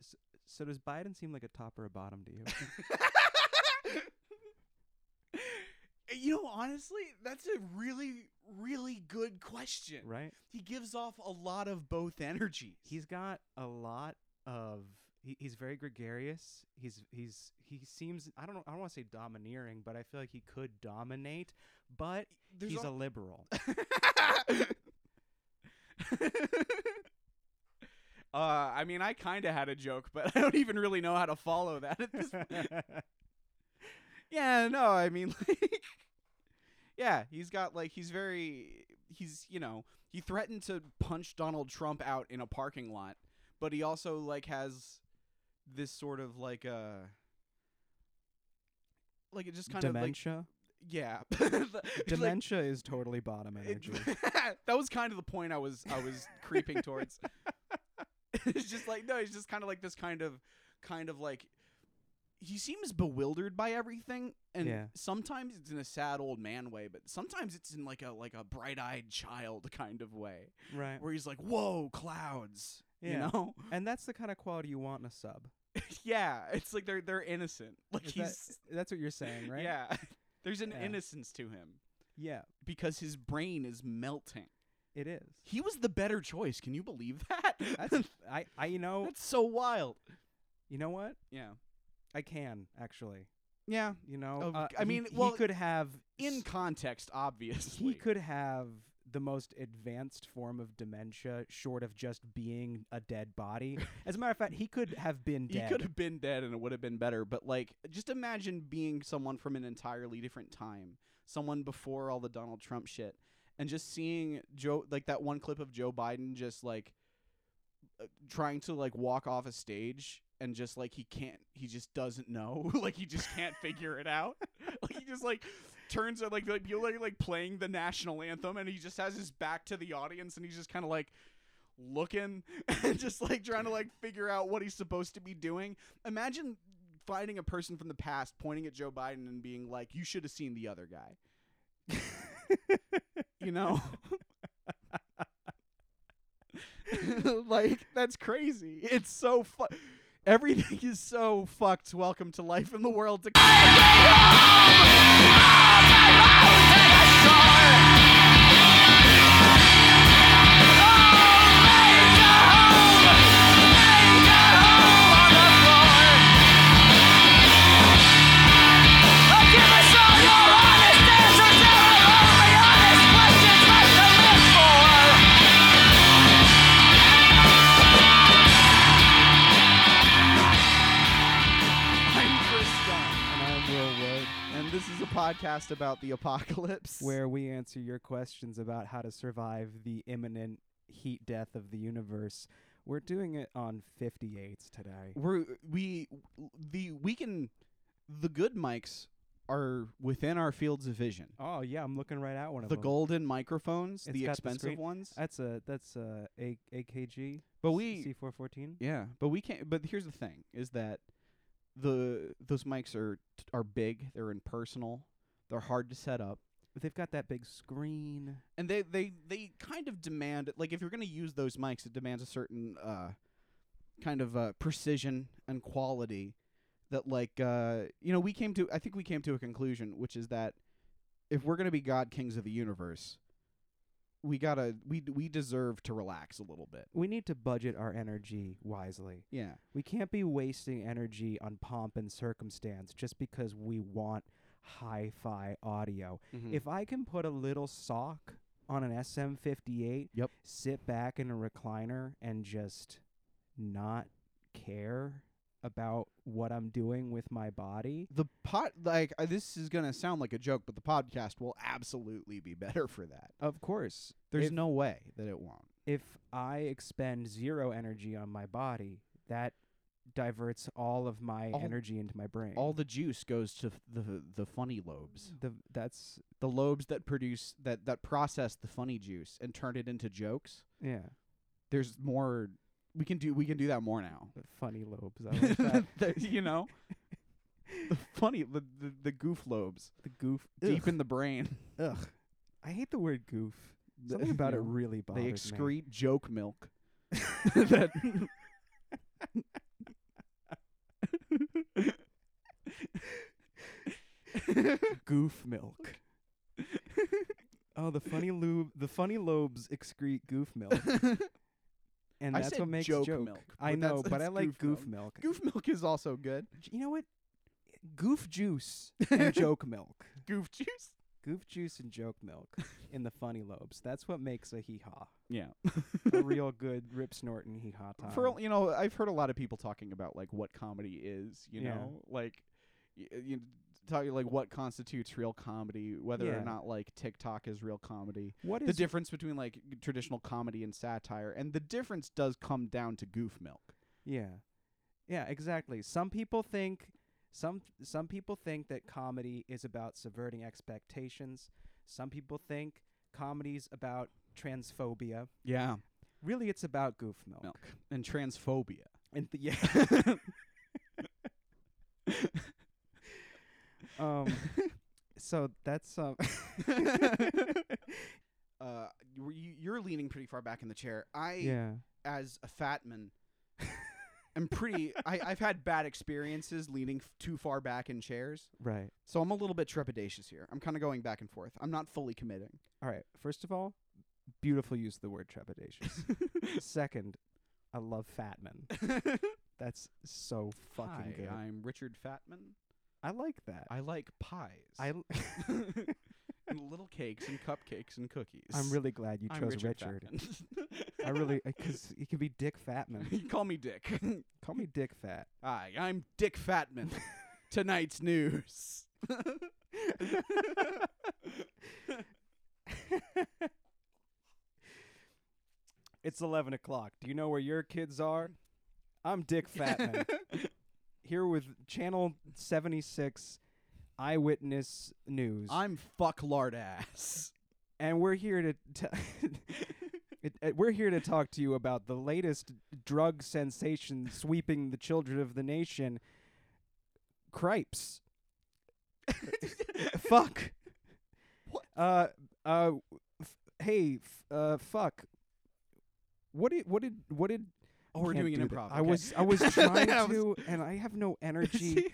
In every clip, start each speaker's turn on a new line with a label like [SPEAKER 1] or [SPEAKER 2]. [SPEAKER 1] so, so does Biden seem like a top or a bottom to you?
[SPEAKER 2] you know, honestly, that's a really, really good question.
[SPEAKER 1] right?
[SPEAKER 2] He gives off a lot of both energies.
[SPEAKER 1] He's got a lot of. He, he's very gregarious. He's he's he seems. I don't know. I don't want to say domineering, but I feel like he could dominate. But
[SPEAKER 2] There's
[SPEAKER 1] he's
[SPEAKER 2] al-
[SPEAKER 1] a liberal.
[SPEAKER 2] uh, Uh, I mean, I kind of had a joke, but I don't even really know how to follow that at this point. Yeah, no, I mean, like, yeah, he's got like he's very he's you know he threatened to punch Donald Trump out in a parking lot, but he also like has this sort of like uh like it just kind
[SPEAKER 1] Dementia.
[SPEAKER 2] of like yeah Like,
[SPEAKER 1] Dementia is totally bottom
[SPEAKER 2] it-
[SPEAKER 1] energy.
[SPEAKER 2] that was kind of the point I was I was creeping towards. it's just like no, he's just kind of like this kind of kind of like he seems bewildered by everything and
[SPEAKER 1] Yeah.
[SPEAKER 2] sometimes it's in a sad old man way but sometimes it's in like a like a bright-eyed child kind of way
[SPEAKER 1] right.
[SPEAKER 2] where he's like whoa clouds you
[SPEAKER 1] Yeah.
[SPEAKER 2] know
[SPEAKER 1] And that's the kind of quality you want in a sub.
[SPEAKER 2] yeah it's like they're they're innocent like
[SPEAKER 1] Is that-
[SPEAKER 2] he's
[SPEAKER 1] that's what you're saying, right?
[SPEAKER 2] yeah there's an
[SPEAKER 1] Yeah.
[SPEAKER 2] innocence to him
[SPEAKER 1] Yeah,
[SPEAKER 2] because his brain is melting
[SPEAKER 1] it is.
[SPEAKER 2] he was the better choice can you believe that
[SPEAKER 1] That's I, I you know
[SPEAKER 2] That's so wild.
[SPEAKER 1] you know what?
[SPEAKER 2] Yeah.
[SPEAKER 1] I can actually.
[SPEAKER 2] Yeah.
[SPEAKER 1] You know,
[SPEAKER 2] Oh,
[SPEAKER 1] uh,
[SPEAKER 2] I
[SPEAKER 1] he-
[SPEAKER 2] mean,
[SPEAKER 1] he,
[SPEAKER 2] well,
[SPEAKER 1] could have
[SPEAKER 2] In
[SPEAKER 1] s-
[SPEAKER 2] context, obviously.
[SPEAKER 1] he could have the most advanced form of dementia, short of just being a dead body. As a matter of fact, he could have been
[SPEAKER 2] He
[SPEAKER 1] dead.
[SPEAKER 2] could have been dead and it would have been better, but like just imagine being someone from an entirely different time, someone before all the Donald Trump shit and just seeing Joe like that one clip of Joe Biden just like uh, trying to like walk off a stage and just like he can't he just doesn't know like he just can't figure it out like he just like turns and like like you're like, like playing the national anthem and he just has his back to the audience and he's just kind of like looking and just like trying to like figure out what he's supposed to be doing imagine finding a person from the past pointing at joe biden and being like you should have seen the other guy you know like that's crazy it's so fu- everything is so fucked welcome to life in the world to i'm chris Dunn,
[SPEAKER 1] And I'm Will Wood,
[SPEAKER 2] and this is a podcast about the apocalypse
[SPEAKER 1] where we answer your questions about how to survive the imminent heat death of the universe. We're doing it on 58s today.
[SPEAKER 2] we're we the we can the good mics are within our fields of vision
[SPEAKER 1] Oh yeah, I'm looking right at one of
[SPEAKER 2] the
[SPEAKER 1] them.
[SPEAKER 2] golden
[SPEAKER 1] It's
[SPEAKER 2] microphones the
[SPEAKER 1] got the
[SPEAKER 2] expensive
[SPEAKER 1] screen.
[SPEAKER 2] ones
[SPEAKER 1] That's a that's a, a AKG.
[SPEAKER 2] But we-
[SPEAKER 1] C four fourteen.
[SPEAKER 2] yeah but we can't but here's the thing is that the those mics are are big they're impersonal they're hard to set up
[SPEAKER 1] They've got that big screen.
[SPEAKER 2] and they they they kind of demand like if you're going to use those mics it demands a certain uh kind of uh precision and quality that like uh you know we came to i think we came to a conclusion which is that if we're going to be god kings of the universe we got to we we deserve to relax a little bit
[SPEAKER 1] We need to budget our energy wisely.
[SPEAKER 2] yeah
[SPEAKER 1] We can't be wasting energy on pomp and circumstance just because we want hi-fi audio.
[SPEAKER 2] Mm.
[SPEAKER 1] If I can put a little sock on an SM58,
[SPEAKER 2] Yep.
[SPEAKER 1] sit back in a recliner and just not care about what I'm doing with my body,
[SPEAKER 2] the pot like uh, this is going to sound like a joke but the podcast will absolutely be better for that
[SPEAKER 1] of course,
[SPEAKER 2] there's
[SPEAKER 1] If-
[SPEAKER 2] no way that it won't
[SPEAKER 1] if I expend zero energy on my body, that diverts all of my
[SPEAKER 2] All-
[SPEAKER 1] energy into my brain.
[SPEAKER 2] all the juice goes to f- the the funny lobes
[SPEAKER 1] the that's
[SPEAKER 2] the lobes that produce that that process the funny juice and turn it into jokes
[SPEAKER 1] yeah,
[SPEAKER 2] there's more we can do we can do that more now
[SPEAKER 1] the funny lobes. I like that.
[SPEAKER 2] The- you know the funny the, the, the goof lobes
[SPEAKER 1] the goof
[SPEAKER 2] deep in the brain
[SPEAKER 1] Ugh, I hate the word goof. Something
[SPEAKER 2] You
[SPEAKER 1] about it
[SPEAKER 2] know,
[SPEAKER 1] really bothers me.
[SPEAKER 2] they excrete joke milk
[SPEAKER 1] goof milk. Oh, the funny lube, the funny lobes excrete goof milk, and
[SPEAKER 2] I
[SPEAKER 1] that's
[SPEAKER 2] said
[SPEAKER 1] what makes
[SPEAKER 2] joke
[SPEAKER 1] joke.
[SPEAKER 2] milk,
[SPEAKER 1] I
[SPEAKER 2] but that's-
[SPEAKER 1] know, but I
[SPEAKER 2] that's
[SPEAKER 1] like
[SPEAKER 2] goof
[SPEAKER 1] goof, milk.
[SPEAKER 2] Goof milk is also good.
[SPEAKER 1] J- You know what? Goof juice and joke milk.
[SPEAKER 2] Goof juice.
[SPEAKER 1] Goof juice and joke milk in the funny lobes. That's what makes a hee haw.
[SPEAKER 2] Yeah.
[SPEAKER 1] A real good Rip Snorton hee haw time.
[SPEAKER 2] For all- you know, I've heard a lot of people talking about like what comedy is. You
[SPEAKER 1] Yeah.
[SPEAKER 2] know, like y- uh, you talking like what constitutes real comedy, whether
[SPEAKER 1] Yeah.
[SPEAKER 2] or not like TikTok is real comedy.
[SPEAKER 1] what
[SPEAKER 2] the
[SPEAKER 1] is
[SPEAKER 2] difference between like traditional comedy and satire, and the difference does come down to goof milk.
[SPEAKER 1] Yeah. Yeah, exactly. Some people think some some people think that comedy is about subverting expectations. Some people think comedy's about transphobia.
[SPEAKER 2] Yeah,
[SPEAKER 1] Really it's about goof milk.
[SPEAKER 2] milk and transphobia.
[SPEAKER 1] And th- yeah. um so that's um
[SPEAKER 2] uh, you, you- you're leaning pretty far back in the chair. I
[SPEAKER 1] yeah.
[SPEAKER 2] as a fat man i'm pretty I, i've had bad experiences leaning f- too far back in chairs
[SPEAKER 1] Right.
[SPEAKER 2] so i'm a little bit trepidatious here i'm kind of going back and forth i'm not fully committing
[SPEAKER 1] All right. First of all, beautiful use of the word trepidatious. Second, I love fat men. That's so fucking
[SPEAKER 2] Hi,
[SPEAKER 1] good.
[SPEAKER 2] i'm richard fatman
[SPEAKER 1] I like that.
[SPEAKER 2] i like pies
[SPEAKER 1] I l-
[SPEAKER 2] and little cakes and cupcakes and cookies
[SPEAKER 1] I'm really glad you
[SPEAKER 2] I'm
[SPEAKER 1] chose Richard.
[SPEAKER 2] Fatman.
[SPEAKER 1] I really because he could be Dick Fatman.
[SPEAKER 2] you call me dick
[SPEAKER 1] Call me Dick Fat.
[SPEAKER 2] hi i'm dick fatman tonight's news
[SPEAKER 1] It's eleven o'clock. Do you know where your kids are? I'm Dick Fatman here with Channel seventy six Eyewitness News,
[SPEAKER 2] I'm fuck lard ass.
[SPEAKER 1] and we're here to t- it, uh, we're here to talk to you about the latest drug sensation sweeping the children of the nation. Cripes. fuck.
[SPEAKER 2] What?
[SPEAKER 1] Uh, uh, f- hey, f- uh, fuck. What did what did what did?
[SPEAKER 2] oh, we're
[SPEAKER 1] can't
[SPEAKER 2] doing an
[SPEAKER 1] do that.
[SPEAKER 2] improv.
[SPEAKER 1] I
[SPEAKER 2] okay.
[SPEAKER 1] was I was trying
[SPEAKER 2] I was-
[SPEAKER 1] to, and I have no energy.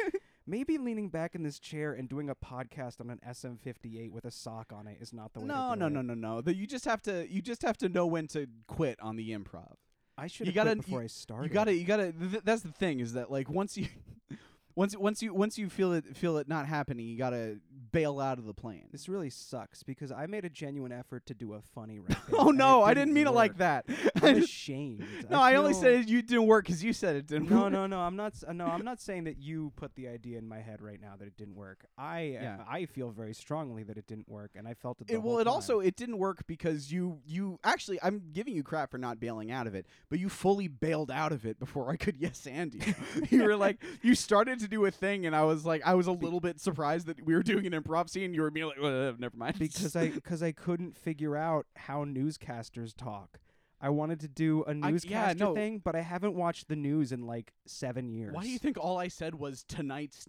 [SPEAKER 1] Maybe leaning back in this chair and doing a podcast on an SM58 with a sock on it is not the way.
[SPEAKER 2] no,
[SPEAKER 1] to do
[SPEAKER 2] no,
[SPEAKER 1] it.
[SPEAKER 2] no, no, no. The, you just have to. You just have to know when to quit on the improv.
[SPEAKER 1] I should
[SPEAKER 2] You
[SPEAKER 1] have got
[SPEAKER 2] gotta-
[SPEAKER 1] it before I
[SPEAKER 2] You
[SPEAKER 1] started.
[SPEAKER 2] gotta. You gotta. Th- that's the thing is that like once you, once once you once you feel it feel it not happening, you gotta bail out of the plan.
[SPEAKER 1] This really sucks because I made a genuine effort to do a funny rap.
[SPEAKER 2] oh no, I didn't mean it like that. I
[SPEAKER 1] I'm
[SPEAKER 2] just-
[SPEAKER 1] ashamed.
[SPEAKER 2] no, I, only
[SPEAKER 1] feel-
[SPEAKER 2] said you didn't work because you said it didn't.
[SPEAKER 1] No,
[SPEAKER 2] work.
[SPEAKER 1] no, no. I'm not. s- No, I'm not saying that you put the idea in my head right now that it didn't work. I, uh,
[SPEAKER 2] Yeah.
[SPEAKER 1] I feel very strongly that it didn't work, and I felt it. The
[SPEAKER 2] It, well,
[SPEAKER 1] whole
[SPEAKER 2] it
[SPEAKER 1] time.
[SPEAKER 2] also it didn't work because you you actually I'm giving you crap for not bailing out of it, but you fully bailed out of it before I could yes and you. you were like you started to do a thing, and I was like I was a little bit surprised that we were doing an improv scene. You were being like, "Uh, never mind,
[SPEAKER 1] because I because I couldn't figure out how newscasters talk. I wanted to do a
[SPEAKER 2] yeah,
[SPEAKER 1] newscaster
[SPEAKER 2] no.
[SPEAKER 1] thing, but I haven't watched the news in like seven years.
[SPEAKER 2] Why do you think all I said was tonight's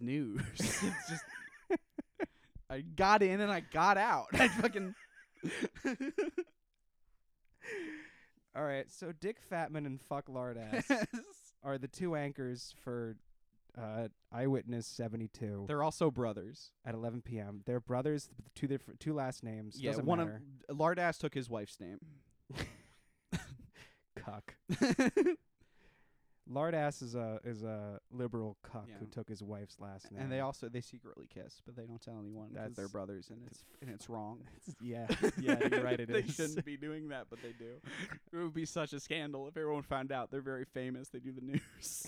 [SPEAKER 2] news? it's just I got in and I got out. I fucking
[SPEAKER 1] All right, so Dick Fatman and Fuck Lardass are the two anchors for uh, Eyewitness 72
[SPEAKER 2] They're also brothers.
[SPEAKER 1] at 11 p.m. They're brothers, with two different two last names.
[SPEAKER 2] yeah,
[SPEAKER 1] Doesn't
[SPEAKER 2] one
[SPEAKER 1] matter.
[SPEAKER 2] of Lardass took his wife's name.
[SPEAKER 1] cuck. Lardass is a is a liberal cuck
[SPEAKER 2] Yeah.
[SPEAKER 1] who took his wife's last name.
[SPEAKER 2] And they also they secretly kiss, but they don't tell anyone because they're
[SPEAKER 1] That's-
[SPEAKER 2] brothers, and it's and it's wrong.
[SPEAKER 1] yeah yeah you're right it
[SPEAKER 2] they
[SPEAKER 1] is.
[SPEAKER 2] shouldn't be doing that, but they do. It would be such a scandal if everyone found out. They're very famous. They do the news.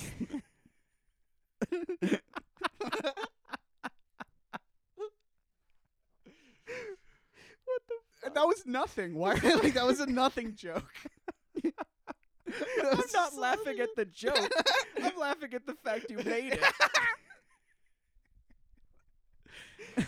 [SPEAKER 2] what the? That was nothing. Why? like that was a nothing joke.
[SPEAKER 1] I'm not laughing at the joke. I'm laughing at the fact you made it.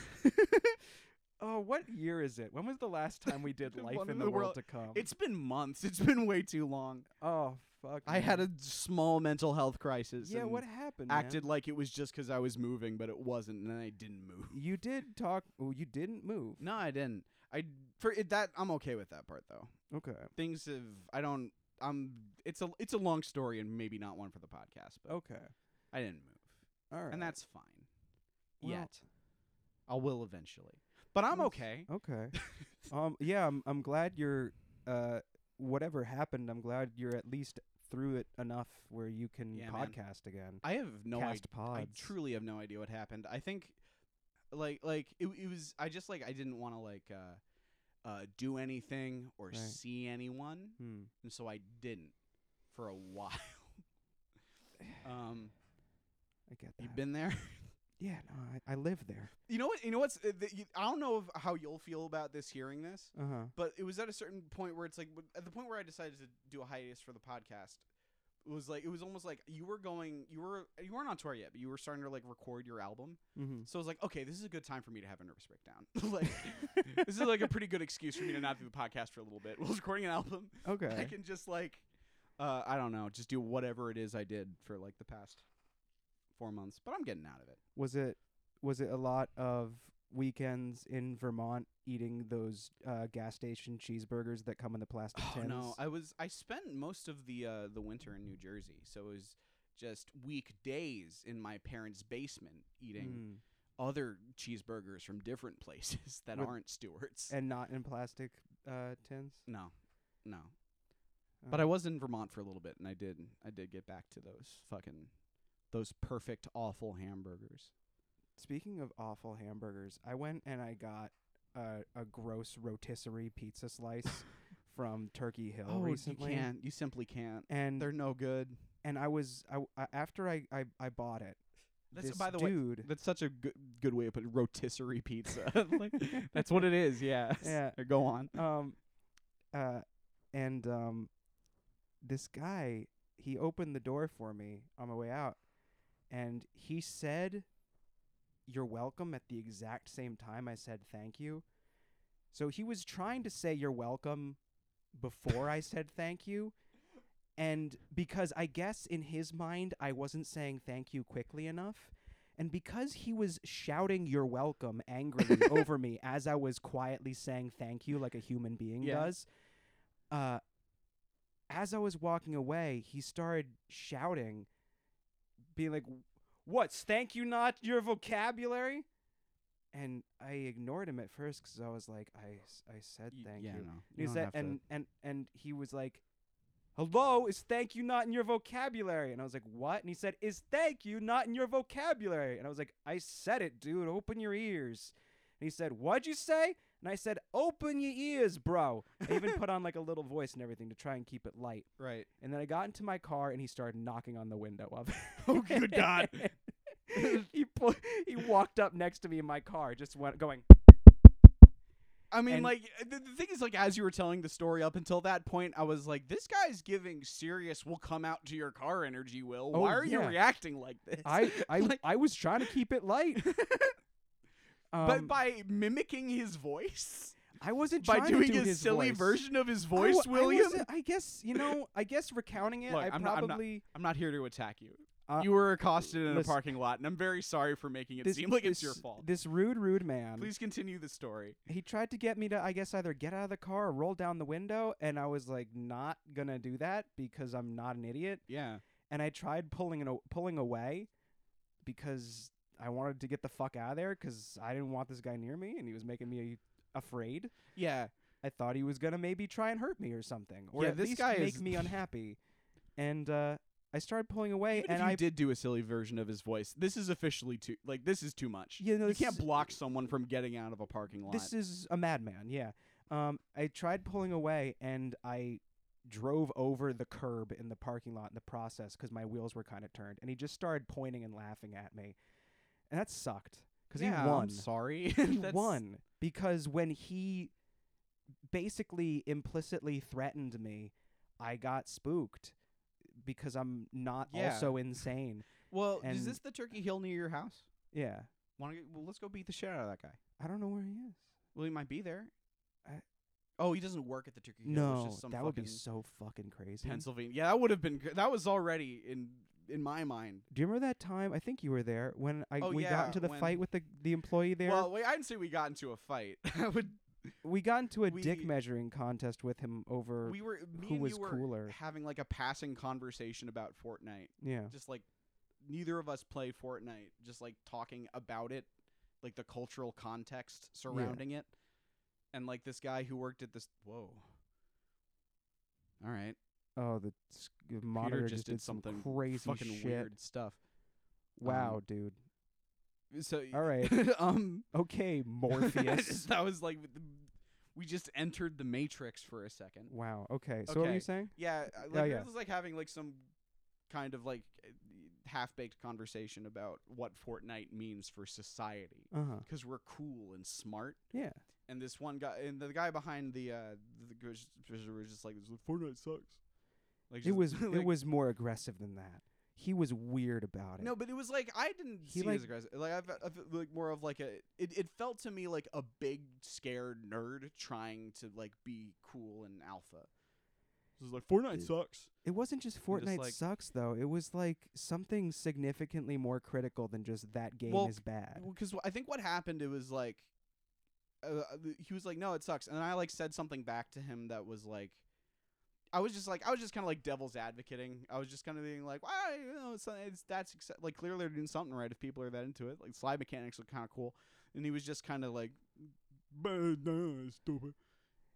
[SPEAKER 1] oh, what year is it? When was the last time we did life
[SPEAKER 2] One
[SPEAKER 1] in
[SPEAKER 2] in
[SPEAKER 1] the,
[SPEAKER 2] the
[SPEAKER 1] world
[SPEAKER 2] World-
[SPEAKER 1] to come?
[SPEAKER 2] It's been months. It's been way too long.
[SPEAKER 1] oh fuck.
[SPEAKER 2] I had
[SPEAKER 1] man.
[SPEAKER 2] a small mental health crisis.
[SPEAKER 1] yeah.
[SPEAKER 2] and
[SPEAKER 1] What happened? man?
[SPEAKER 2] acted like it was just because I was moving, but it wasn't, and I didn't move.
[SPEAKER 1] You did talk. Oh, you didn't move.
[SPEAKER 2] No, I didn't. I for it, that I'm okay with that part though.
[SPEAKER 1] Okay.
[SPEAKER 2] Things have I don't. I'm. It's a it's a long story and maybe not one for the podcast, but
[SPEAKER 1] Okay.
[SPEAKER 2] I didn't move,
[SPEAKER 1] All right.
[SPEAKER 2] and that's fine.
[SPEAKER 1] Well,
[SPEAKER 2] Yet I will eventually. But I'm
[SPEAKER 1] That's-
[SPEAKER 2] okay.
[SPEAKER 1] Okay. um. Yeah. I'm. I'm glad you're. Uh. Whatever happened, I'm glad you're at least through it enough where you can
[SPEAKER 2] Yeah, man.
[SPEAKER 1] podcast again.
[SPEAKER 2] I have no idea.
[SPEAKER 1] Cast pods.
[SPEAKER 2] I truly have no idea what happened. I think like like it, it was I just like I didn't want to like uh uh do anything or
[SPEAKER 1] Right.
[SPEAKER 2] see anyone,
[SPEAKER 1] Hmm.
[SPEAKER 2] and so I didn't for a while. um
[SPEAKER 1] I get that.
[SPEAKER 2] you've been there?
[SPEAKER 1] Yeah. No. I, I live there.
[SPEAKER 2] you know what? You know what's uh, the, you, I don't know if, how you'll feel about this hearing this,
[SPEAKER 1] Uh huh.
[SPEAKER 2] but it was at a certain point where it's like w- at the point where I decided to do a hiatus for the podcast it was like it was almost like you were going you were you weren't on tour yet, but you were starting to like record your album.
[SPEAKER 1] Mm-hmm.
[SPEAKER 2] So I was like, okay, this is a good time for me to have a nervous breakdown. like, this is like a pretty good excuse for me to not do the podcast for a little bit. While recording an album, I
[SPEAKER 1] Okay.
[SPEAKER 2] can just like, uh, I don't know, just do whatever it is I did for like the past four months. But I'm getting out of it.
[SPEAKER 1] Was it? Was it a lot of weekends in Vermont eating those uh, gas station cheeseburgers that come in the plastic
[SPEAKER 2] Oh
[SPEAKER 1] tins?
[SPEAKER 2] no, I was I spent most of the uh, the winter in New Jersey, so it was just weekdays in my parents' basement eating
[SPEAKER 1] Mm.
[SPEAKER 2] other cheeseburgers from different places that
[SPEAKER 1] With-
[SPEAKER 2] aren't Stewart's.
[SPEAKER 1] And not in plastic uh, tins.
[SPEAKER 2] No, no. But
[SPEAKER 1] Oh.
[SPEAKER 2] I was in Vermont for a little bit, and I did I did get back to those fucking those perfect awful hamburgers.
[SPEAKER 1] Speaking of awful hamburgers, I went and I got uh, a gross rotisserie pizza slice from Turkey Hill Oh, recently.
[SPEAKER 2] Oh,
[SPEAKER 1] Mm.
[SPEAKER 2] you can't. You simply can't.
[SPEAKER 1] And
[SPEAKER 2] They're no good.
[SPEAKER 1] and I was I, I after I, I I bought it.
[SPEAKER 2] That's
[SPEAKER 1] this
[SPEAKER 2] by the way.
[SPEAKER 1] dude,
[SPEAKER 2] That's such a good good way of putting rotisserie pizza. like, that's what it is. Yeah.
[SPEAKER 1] Yeah.
[SPEAKER 2] Go on.
[SPEAKER 1] um, uh, and um, this guy he opened the door for me on my way out, and he said, "You're welcome." At the exact same time, I said, "Thank you." So he was trying to say "You're welcome" before I said "Thank you," and because I guess in his mind I wasn't saying "Thank you" quickly enough. And because he was shouting "You're welcome" angrily over me as I was quietly saying "Thank you" like a human being
[SPEAKER 2] Yeah.
[SPEAKER 1] does, uh, as I was walking away, he started shouting, being like, "What's thank you not your vocabulary?" And I ignored him at first 'cause I was like, "I s- I said
[SPEAKER 2] Y-
[SPEAKER 1] thank
[SPEAKER 2] yeah,
[SPEAKER 1] you."
[SPEAKER 2] No, you
[SPEAKER 1] And he
[SPEAKER 2] don't
[SPEAKER 1] said,
[SPEAKER 2] have to-
[SPEAKER 1] and, and and he was like, "Hello, is thank you not in your vocabulary?" And I was like, "What?" And he said, "Is thank you not in your vocabulary?" And I was like, "I said it, dude. Open your ears." And he said, "What'd you say?" And I said, "Open your ears, bro." I even put on like a little voice and everything to try and keep it light.
[SPEAKER 2] right.
[SPEAKER 1] And then I got into my car and he started knocking on the window of it.
[SPEAKER 2] Oh, good God.
[SPEAKER 1] he pu- he walked up next to me in my car, just went going.
[SPEAKER 2] I mean,
[SPEAKER 1] And-
[SPEAKER 2] like the, the thing is, like as you were telling the story up until that point, I was like, "This guy's giving serious. Will come out to your car energy. Will,
[SPEAKER 1] Oh,
[SPEAKER 2] why are you
[SPEAKER 1] yeah.
[SPEAKER 2] reacting like this?"
[SPEAKER 1] I I
[SPEAKER 2] Like,
[SPEAKER 1] I was trying to keep it light. Um,
[SPEAKER 2] but by mimicking his voice,
[SPEAKER 1] I wasn't
[SPEAKER 2] by
[SPEAKER 1] trying
[SPEAKER 2] doing
[SPEAKER 1] to do
[SPEAKER 2] his, silly
[SPEAKER 1] voice.
[SPEAKER 2] version of his
[SPEAKER 1] I
[SPEAKER 2] voice,
[SPEAKER 1] wa- I
[SPEAKER 2] William.
[SPEAKER 1] wasn't- I guess you know. I guess recounting it,
[SPEAKER 2] Look,
[SPEAKER 1] I
[SPEAKER 2] I'm not- I'm not-
[SPEAKER 1] probably
[SPEAKER 2] I'm not here to attack you.
[SPEAKER 1] Uh,
[SPEAKER 2] you were accosted in
[SPEAKER 1] listen-
[SPEAKER 2] a parking lot, and I'm very sorry for making it
[SPEAKER 1] this,
[SPEAKER 2] seem like it's
[SPEAKER 1] this-
[SPEAKER 2] your fault.
[SPEAKER 1] This rude, rude man.
[SPEAKER 2] Please continue the story.
[SPEAKER 1] He tried to get me to, I guess, either get out of the car or roll down the window, and I was like, not gonna do that because I'm not an idiot.
[SPEAKER 2] Yeah,
[SPEAKER 1] And I tried pulling an, pulling away because I wanted to get the fuck out of there because I didn't want this guy near me, and he was making me afraid.
[SPEAKER 2] yeah.
[SPEAKER 1] I thought he was gonna maybe try and hurt me or something, or
[SPEAKER 2] Yeah,
[SPEAKER 1] at
[SPEAKER 2] this
[SPEAKER 1] least
[SPEAKER 2] guy
[SPEAKER 1] make
[SPEAKER 2] is-
[SPEAKER 1] me unhappy. And uh, I started pulling away,
[SPEAKER 2] Even
[SPEAKER 1] and
[SPEAKER 2] if you
[SPEAKER 1] I
[SPEAKER 2] did do a silly version of his voice, this is officially too like this is too much.
[SPEAKER 1] Yeah, no,
[SPEAKER 2] you
[SPEAKER 1] this
[SPEAKER 2] can't
[SPEAKER 1] is-
[SPEAKER 2] block someone from getting out of a parking lot.
[SPEAKER 1] this is a madman. Yeah, um, I tried pulling away, and I drove over the curb in the parking lot in the process because my wheels were kind of turned, and he just started pointing and laughing at me, and that sucked because
[SPEAKER 2] yeah,
[SPEAKER 1] he won.
[SPEAKER 2] I'm sorry.
[SPEAKER 1] he
[SPEAKER 2] That's-
[SPEAKER 1] won because when he basically implicitly threatened me, I got spooked because I'm not
[SPEAKER 2] Yeah.
[SPEAKER 1] also insane.
[SPEAKER 2] Well,
[SPEAKER 1] And-
[SPEAKER 2] is this the Turkey Hill near your house?
[SPEAKER 1] Yeah,
[SPEAKER 2] Want to? Well, let's go beat the shit out of that guy.
[SPEAKER 1] I don't know where he is.
[SPEAKER 2] Well, he might be there.
[SPEAKER 1] I-
[SPEAKER 2] oh, he doesn't work at the Turkey Hill. it's
[SPEAKER 1] no,
[SPEAKER 2] just some
[SPEAKER 1] that would be
[SPEAKER 2] fucking
[SPEAKER 1] so fucking crazy.
[SPEAKER 2] Pennsylvania. Yeah, that would have been. gr- That was already in in my mind.
[SPEAKER 1] Do you remember that time? I think you were there when I
[SPEAKER 2] Oh,
[SPEAKER 1] we
[SPEAKER 2] yeah,
[SPEAKER 1] got into the
[SPEAKER 2] when-
[SPEAKER 1] fight with the the employee there.
[SPEAKER 2] Well, wait, I didn't say we got into a fight. I would.
[SPEAKER 1] we got into a dick
[SPEAKER 2] we-
[SPEAKER 1] measuring contest with him over.
[SPEAKER 2] We were. Me
[SPEAKER 1] who
[SPEAKER 2] and
[SPEAKER 1] was
[SPEAKER 2] you were
[SPEAKER 1] cooler.
[SPEAKER 2] having like a passing conversation about Fortnite.
[SPEAKER 1] yeah,
[SPEAKER 2] Just like neither of us play Fortnite. Just like talking about it like the cultural context surrounding it. And like this guy who worked at this whoa. All right.
[SPEAKER 1] Oh, the s- the monitor
[SPEAKER 2] Peter
[SPEAKER 1] just, did,
[SPEAKER 2] something
[SPEAKER 1] some crazy
[SPEAKER 2] fucking
[SPEAKER 1] shit.
[SPEAKER 2] weird um, stuff.
[SPEAKER 1] Wow, dude.
[SPEAKER 2] So
[SPEAKER 1] All right.
[SPEAKER 2] um
[SPEAKER 1] Okay, Morpheus.
[SPEAKER 2] that was like the- we just entered the matrix for a second.
[SPEAKER 1] wow. Okay. So what were
[SPEAKER 2] Okay.
[SPEAKER 1] you saying?
[SPEAKER 2] Yeah, I- like
[SPEAKER 1] Oh,
[SPEAKER 2] it
[SPEAKER 1] yeah.
[SPEAKER 2] was like having like some kind of like half baked conversation about what Fortnite means for society
[SPEAKER 1] Uh huh.
[SPEAKER 2] because we're cool and smart.
[SPEAKER 1] Yeah.
[SPEAKER 2] And this one guy and the guy behind the uh the g- was just- was just like Fortnite sucks. Like
[SPEAKER 1] It
[SPEAKER 2] just-
[SPEAKER 1] was
[SPEAKER 2] like-
[SPEAKER 1] it was more aggressive than that. He was weird about it.
[SPEAKER 2] no, but it was like I didn't
[SPEAKER 1] He,
[SPEAKER 2] see it
[SPEAKER 1] like-
[SPEAKER 2] as aggressive. Like I've, i felt like more of like a it, it felt to me like a big scared nerd trying to like be cool and alpha. It was like Fortnite
[SPEAKER 1] Dude.
[SPEAKER 2] sucks.
[SPEAKER 1] it wasn't just
[SPEAKER 2] I'm just
[SPEAKER 1] Fortnite
[SPEAKER 2] like-
[SPEAKER 1] sucks though. It was like something significantly more critical than just that game
[SPEAKER 2] Well,
[SPEAKER 1] is bad.
[SPEAKER 2] because I think what happened it was like uh, th- he was like no it sucks and then I like said something back to him that was like I was just like I was just kind of like devil's advocating I was just kind of being like well you know it's, uh, it's that's accept- like clearly they're doing something right if people are that into it like slide mechanics look kind of cool and he was just kind of like "Bah, nah, stupid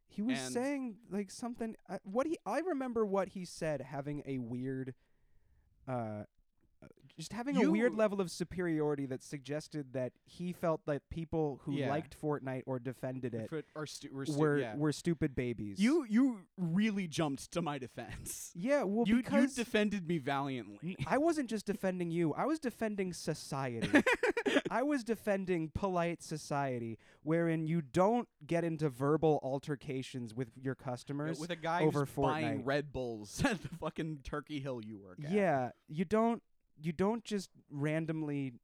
[SPEAKER 1] He was
[SPEAKER 2] And-
[SPEAKER 1] saying like something. Uh, what he I remember what he said having a weird, uh, uh, just having a weird
[SPEAKER 2] You-
[SPEAKER 1] level of superiority that suggested that he felt that people who
[SPEAKER 2] Yeah.
[SPEAKER 1] likes liked Fortnite or defended it
[SPEAKER 2] If it- are stu- we're, stu-
[SPEAKER 1] were
[SPEAKER 2] yeah.
[SPEAKER 1] were stupid babies.
[SPEAKER 2] you you really jumped to my defense
[SPEAKER 1] yeah, well
[SPEAKER 2] you you
[SPEAKER 1] because
[SPEAKER 2] defended me valiantly
[SPEAKER 1] I wasn't just defending you. I was defending society. I was defending polite society wherein you don't get into verbal altercations with your
[SPEAKER 2] Yeah,
[SPEAKER 1] customers.
[SPEAKER 2] with a guy
[SPEAKER 1] over
[SPEAKER 2] who's buying
[SPEAKER 1] Fortnite.
[SPEAKER 2] Red Bulls at the fucking Turkey Hill you work at.
[SPEAKER 1] yeah, you don't you don't just randomly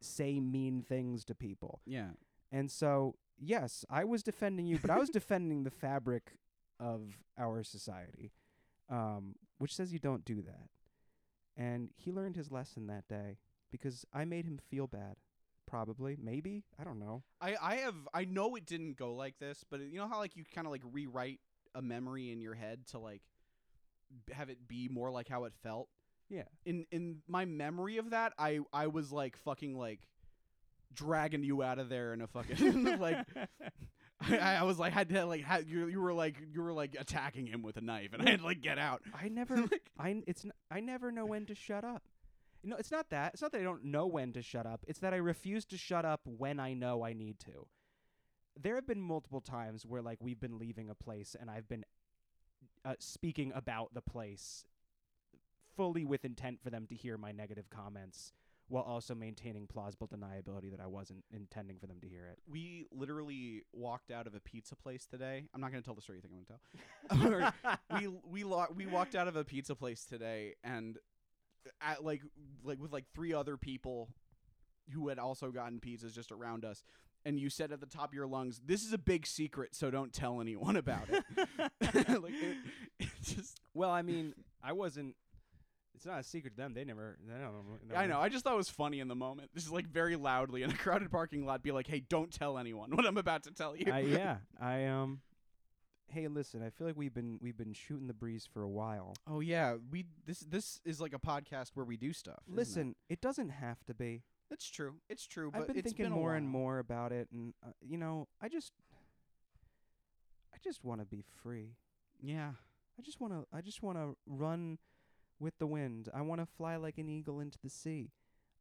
[SPEAKER 1] say mean things to people.
[SPEAKER 2] yeah.
[SPEAKER 1] And so, yes, I was defending you, but I was defending the fabric of our society, um, which says you don't do that. And he learned his lesson that day because I made him feel bad. Probably, maybe, I don't know.
[SPEAKER 2] I I have I know it didn't go like this, but you know how like you kind of like rewrite a memory in your head to like b- have it be more like how it felt.
[SPEAKER 1] Yeah.
[SPEAKER 2] In in my memory of that, I I was like fucking like dragging you out of there in a fucking like I, I was like had to like had, you you were like you were like attacking him with a knife and I had to like get out.
[SPEAKER 1] I never, I n- it's n- I never know when to shut up. No, it's not that. It's not that I don't know when to shut up. It's that I refuse to shut up when I know I need to. There have been multiple times where like we've been leaving a place and I've been uh, speaking about the place fully with intent for them to hear my negative comments while also maintaining plausible deniability that I wasn't intending for them to hear it.
[SPEAKER 2] we literally walked out of a pizza place today. I'm not going to tell the story you think I'm going to tell. we we lo- we walked out of a pizza place today and uh, at like like with like three other people who had also gotten pizzas just around us and you said at the top of your lungs, "This is a big secret, so don't tell anyone about it." like it, it just
[SPEAKER 1] well, I mean, I wasn't it's not a secret to them. They never they don't know.
[SPEAKER 2] I know. I just thought it was funny in the moment. This is like very loudly in a crowded parking lot be like, "Hey, don't tell anyone what I'm about to tell you."
[SPEAKER 1] I, yeah, I um. Hey, listen. I feel like we've been we've been shooting the breeze for a while.
[SPEAKER 2] Oh yeah, we this this is like a podcast where we do stuff. isn't it?
[SPEAKER 1] Listen, it? doesn't have to be.
[SPEAKER 2] it's true, it's true. But
[SPEAKER 1] I've been
[SPEAKER 2] it's
[SPEAKER 1] thinking
[SPEAKER 2] a
[SPEAKER 1] more and
[SPEAKER 2] while.
[SPEAKER 1] more about it, and uh, you know, I just, I just want to be free.
[SPEAKER 2] Yeah,
[SPEAKER 1] I just want to. I just want to run with the wind. I want to fly like an eagle into the sea.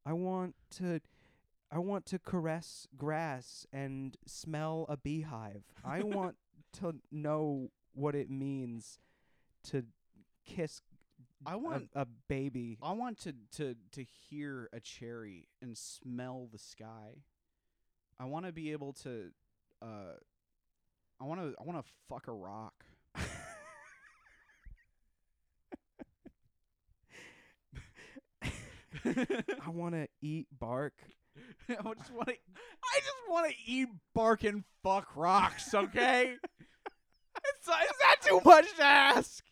[SPEAKER 1] I want to. I want to caress grass and smell a beehive. I want to know what it means to kiss
[SPEAKER 2] I want
[SPEAKER 1] a, a baby.
[SPEAKER 2] I want to to to hear a cherry and smell the sky. I want to be able to, uh, I want to I want to fuck a rock.
[SPEAKER 1] I want to eat bark.
[SPEAKER 2] I just want to. I just want to eat bark and fuck rocks. Okay, It's- is that too much to ask?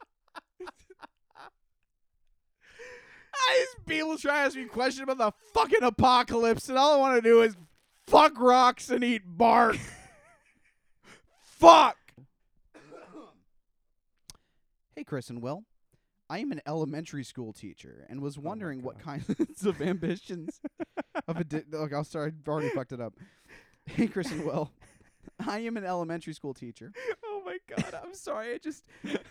[SPEAKER 2] I just people try to ask me questions about the fucking apocalypse, and all I want to do is fuck rocks and eat bark. fuck. hey, Chris and Will. I am an elementary school teacher and was
[SPEAKER 1] my
[SPEAKER 2] wondering what
[SPEAKER 1] God.
[SPEAKER 2] kinds of ambitions of a di- look, I'll start. I've already fucked it up. Hey, Chris and Will. I am an elementary school teacher.
[SPEAKER 3] oh my god, I'm sorry. I just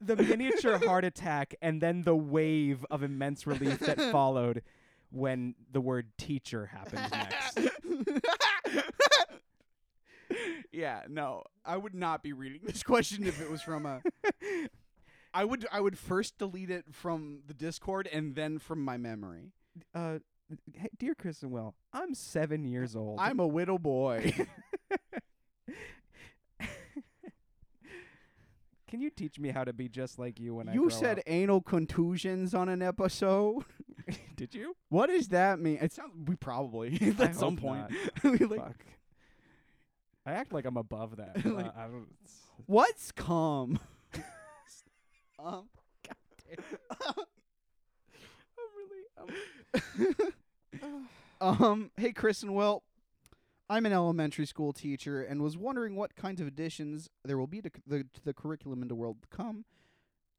[SPEAKER 1] the miniature heart attack and then the wave of immense relief that followed when the word teacher happened next.
[SPEAKER 2] yeah, no, I would not be reading this question if it was from a. I would I would first delete it from the Discord and then from my memory.
[SPEAKER 1] Uh, hey, dear Chris and Will, I'm seven years old.
[SPEAKER 2] I'm a widow boy.
[SPEAKER 1] Can you teach me how to be just like you when I grow
[SPEAKER 2] you said
[SPEAKER 1] up?
[SPEAKER 2] anal contusions on an episode.
[SPEAKER 1] Did you?
[SPEAKER 2] What does that mean? It sounds we probably at some
[SPEAKER 1] hope
[SPEAKER 2] point.
[SPEAKER 1] not.
[SPEAKER 2] We like,
[SPEAKER 1] Fuck. I act like I'm above that. but
[SPEAKER 2] Like-
[SPEAKER 1] I, I don't. it's-
[SPEAKER 2] What's cum? um,
[SPEAKER 1] I'm really.
[SPEAKER 2] um, hey Chris and Will, I'm an elementary school teacher and was wondering what kinds of additions there will be to c- the to the curriculum in the world to come.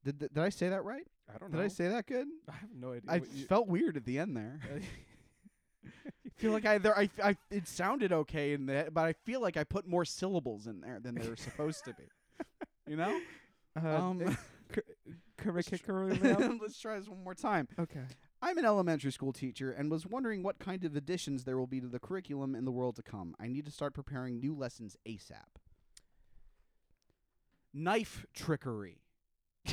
[SPEAKER 2] Did th- did I say that right?
[SPEAKER 1] I don't know.
[SPEAKER 2] Did I say that good?
[SPEAKER 1] I have no idea.
[SPEAKER 2] I
[SPEAKER 1] what you-
[SPEAKER 2] felt weird at the end there.
[SPEAKER 1] Uh,
[SPEAKER 2] I feel like I there I, f- I- it sounded okay in that, but I feel like I put more syllables in there than they were supposed to be. You know?
[SPEAKER 1] um,
[SPEAKER 2] Um,
[SPEAKER 1] curriculum.
[SPEAKER 2] let's try this one more time.
[SPEAKER 1] okay.
[SPEAKER 2] I'm an elementary school teacher and was wondering what kind of additions there will be to the curriculum in the world to come. I need to start preparing new lessons ASAP. Knife trickery.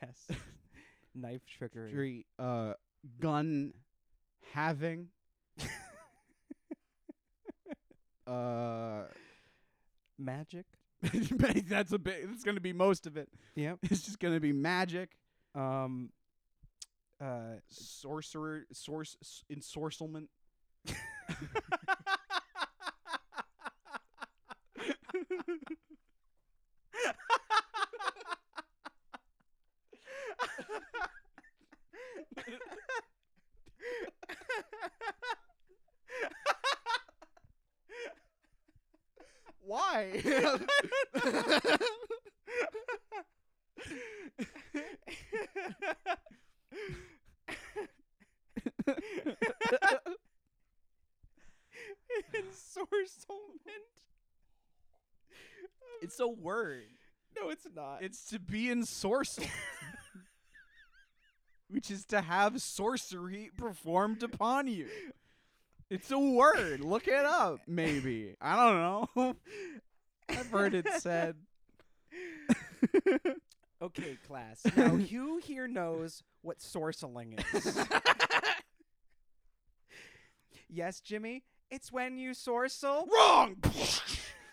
[SPEAKER 1] Yes. Knife trickery.
[SPEAKER 2] Tree, Uh, gun having. uh,
[SPEAKER 1] Magic.
[SPEAKER 2] that's a bit. It's going to be most of it.
[SPEAKER 1] Yep.
[SPEAKER 2] It's just going to be magic,
[SPEAKER 1] Um. Uh.
[SPEAKER 2] sorcerer, source, s- ensorcelment. Why?
[SPEAKER 1] Ensorcelment.
[SPEAKER 3] it's a word.
[SPEAKER 1] No, it's not.
[SPEAKER 2] It's to be ensorcelled. Which is to have sorcery performed upon you. It's a word. Look it up, maybe. I don't know. I've heard it said.
[SPEAKER 1] okay, class. Now who here knows what sorceling is? yes, Jimmy. It's when you sorcel.
[SPEAKER 2] Wrong!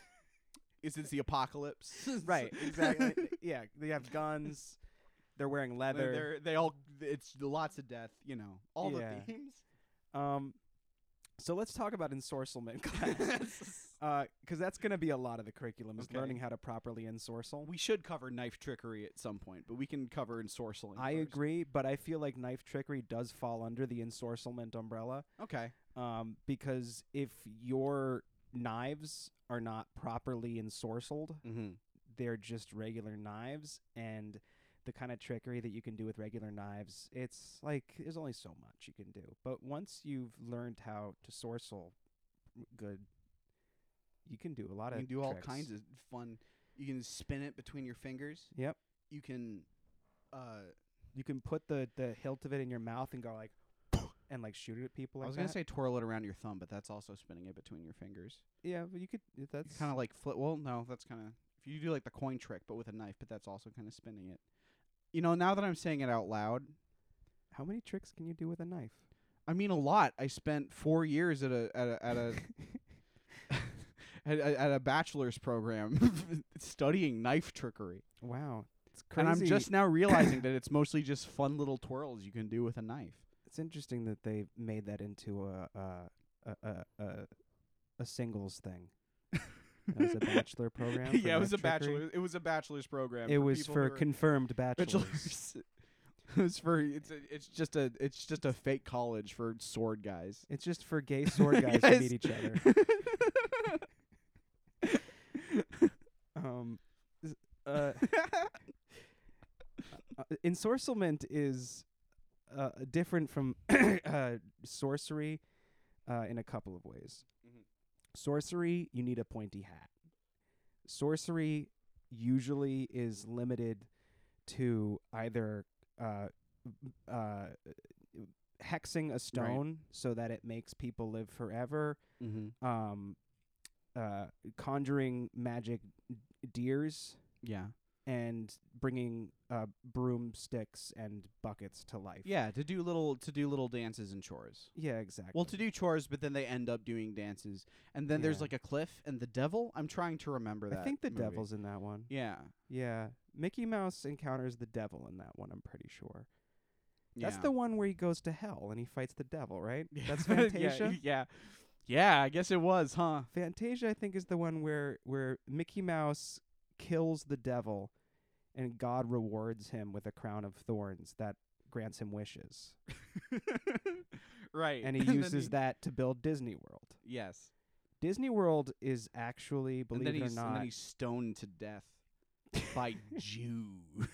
[SPEAKER 2] is it the apocalypse?
[SPEAKER 1] Right. Exactly. yeah. They have guns. They're wearing leather.
[SPEAKER 2] They're, they all, it's lots of death, you know, all
[SPEAKER 1] Yeah.
[SPEAKER 2] the themes.
[SPEAKER 1] Um, so let's talk about ensorcelment class, because that's going to be a lot of the curriculum is
[SPEAKER 2] Okay.
[SPEAKER 1] learning how to properly ensorcel.
[SPEAKER 2] we should cover knife trickery at some point, but we can cover ensorceling.
[SPEAKER 1] I
[SPEAKER 2] first.
[SPEAKER 1] agree, but I feel like knife trickery does fall under the ensorcelment umbrella,
[SPEAKER 2] Okay.
[SPEAKER 1] um, because if your knives are not properly ensorceled,
[SPEAKER 2] Mm-hmm.
[SPEAKER 1] they're just regular knives, and the kind of trickery that you can do with regular knives, it's like there's only so much you can do. But once you've learned how to sorcel good, you can do a lot
[SPEAKER 2] You
[SPEAKER 1] of
[SPEAKER 2] can do all
[SPEAKER 1] tricks.
[SPEAKER 2] kinds of fun. You can spin it between your fingers.
[SPEAKER 1] Yep.
[SPEAKER 2] You can, uh,
[SPEAKER 1] You can put the the hilt of it in your mouth and go like, and like shoot it at people. Like
[SPEAKER 2] I was gonna
[SPEAKER 1] that.
[SPEAKER 2] say twirl it around your thumb, but that's also spinning it between your fingers.
[SPEAKER 1] yeah, but you could. That's
[SPEAKER 2] It's kind of like flip. Well, no, that's kind of if you do like the coin trick, but with a knife. But that's also kind of spinning it. You know, now that I'm saying it out loud,
[SPEAKER 1] how many tricks can you do with a knife?
[SPEAKER 2] I mean a lot. I spent four years at a at a at a at, a- at a bachelor's program studying knife trickery,
[SPEAKER 1] wow, it's crazy.
[SPEAKER 2] and I'm just now realizing that it's mostly just fun little twirls you can do with a knife.
[SPEAKER 1] It's interesting that they made that into a a a a, a, a singles thing. It was a bachelor program. for
[SPEAKER 2] yeah, it was a
[SPEAKER 1] knife trickery.
[SPEAKER 2] bachelor. It was a bachelor's program.
[SPEAKER 1] It was
[SPEAKER 2] people
[SPEAKER 1] for
[SPEAKER 2] who are
[SPEAKER 1] confirmed bachelors.
[SPEAKER 2] bachelors. it was for it's a, it's just a it's just a fake college for sword guys.
[SPEAKER 1] It's just for gay sword guys to
[SPEAKER 2] Yes.
[SPEAKER 1] meet each other. Um, s- uh, uh, ensorcelment is uh, different from uh, sorcery uh, in a couple of ways. Sorcery, you need a pointy hat. Sorcery usually is limited to either uh, uh, hexing a stone so that it makes people live forever,
[SPEAKER 2] Mm-hmm.
[SPEAKER 1] um, uh, conjuring magic d- deers,
[SPEAKER 2] Yeah.
[SPEAKER 1] and bringing uh, broomsticks and buckets to life.
[SPEAKER 2] Yeah, to do little to do little dances and chores.
[SPEAKER 1] Yeah, exactly.
[SPEAKER 2] Well, to do chores, but then they end up doing dances, and then there's
[SPEAKER 1] Yeah.
[SPEAKER 2] like a cliff and the devil. I'm trying to remember that.
[SPEAKER 1] I think the
[SPEAKER 2] movie.
[SPEAKER 1] devil's in that one.
[SPEAKER 2] Yeah.
[SPEAKER 1] Yeah. Mickey Mouse encounters the devil in that one, I'm pretty sure. That's
[SPEAKER 2] yeah.
[SPEAKER 1] the one where he goes to hell and he fights the devil, right?
[SPEAKER 2] Yeah.
[SPEAKER 1] That's
[SPEAKER 2] Yeah,
[SPEAKER 1] Fantasia.
[SPEAKER 2] yeah. Yeah, I guess it was, huh?
[SPEAKER 1] Fantasia I think is the one where where Mickey Mouse kills the devil and God rewards him with a crown of thorns that grants him wishes.
[SPEAKER 2] right.
[SPEAKER 1] And he
[SPEAKER 2] then
[SPEAKER 1] uses that to build Disney World.
[SPEAKER 2] Yes.
[SPEAKER 1] Disney World is actually, believe
[SPEAKER 2] and
[SPEAKER 1] it
[SPEAKER 2] then
[SPEAKER 1] or
[SPEAKER 2] he's, And
[SPEAKER 1] not,
[SPEAKER 2] then he's stoned to death by Jews.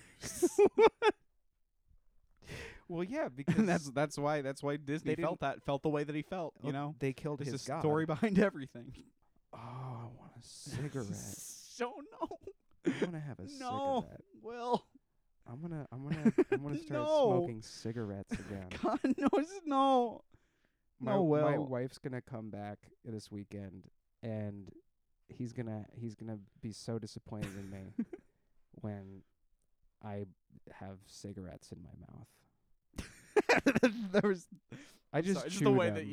[SPEAKER 1] well, yeah, because
[SPEAKER 2] and that's that's why that's why Disney
[SPEAKER 1] They
[SPEAKER 2] felt that felt the way that he felt.
[SPEAKER 1] oh,
[SPEAKER 2] You know,
[SPEAKER 1] they killed
[SPEAKER 2] there's a
[SPEAKER 1] his God.
[SPEAKER 2] story behind everything.
[SPEAKER 1] Oh, I want a cigarette.
[SPEAKER 2] so no.
[SPEAKER 1] I want to have a
[SPEAKER 2] no.
[SPEAKER 1] cigarette.
[SPEAKER 2] Well,
[SPEAKER 1] I'm gonna, I'm gonna, I'm gonna start
[SPEAKER 2] No.
[SPEAKER 1] smoking cigarettes again.
[SPEAKER 2] God knows no.
[SPEAKER 1] my, my
[SPEAKER 2] no, Will.
[SPEAKER 1] wife's gonna come back this weekend, and he's gonna, he's gonna be so disappointed in me when I have cigarettes in my mouth.
[SPEAKER 2] there was
[SPEAKER 1] I just,
[SPEAKER 2] sorry,
[SPEAKER 1] chew
[SPEAKER 2] just the way that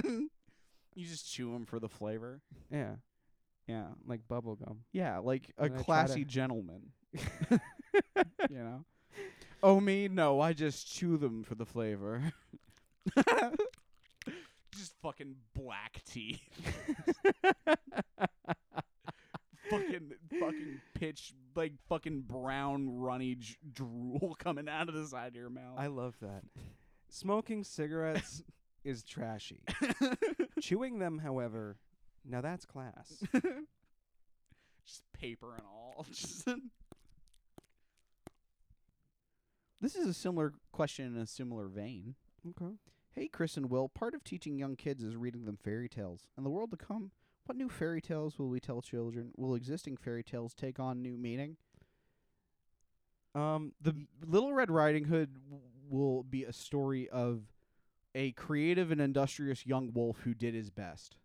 [SPEAKER 1] them.
[SPEAKER 2] you you just chew them for the flavor.
[SPEAKER 1] yeah,
[SPEAKER 2] Yeah,
[SPEAKER 1] like bubble gum.
[SPEAKER 2] yeah, like a
[SPEAKER 1] And I try
[SPEAKER 2] classy
[SPEAKER 1] to-
[SPEAKER 2] gentleman. you know. Oh me, no, I just chew them for the flavor. just fucking black tea. fucking fucking pitch like fucking brown runny j- drool coming out of the side of your mouth.
[SPEAKER 1] I love that. Smoking cigarettes is trashy. Chewing them, however, now that's class.
[SPEAKER 2] just paper and all. Just- this is a similar question in a similar vein.
[SPEAKER 1] okay.
[SPEAKER 2] Hey, Chris and Will, part of teaching young kids is reading them fairy tales. In the world to come, what new fairy tales will we tell children? Will existing fairy tales take on new meaning?
[SPEAKER 1] Um,
[SPEAKER 2] The Little Red Riding Hood w- will be a story of a creative and industrious young wolf who did his best.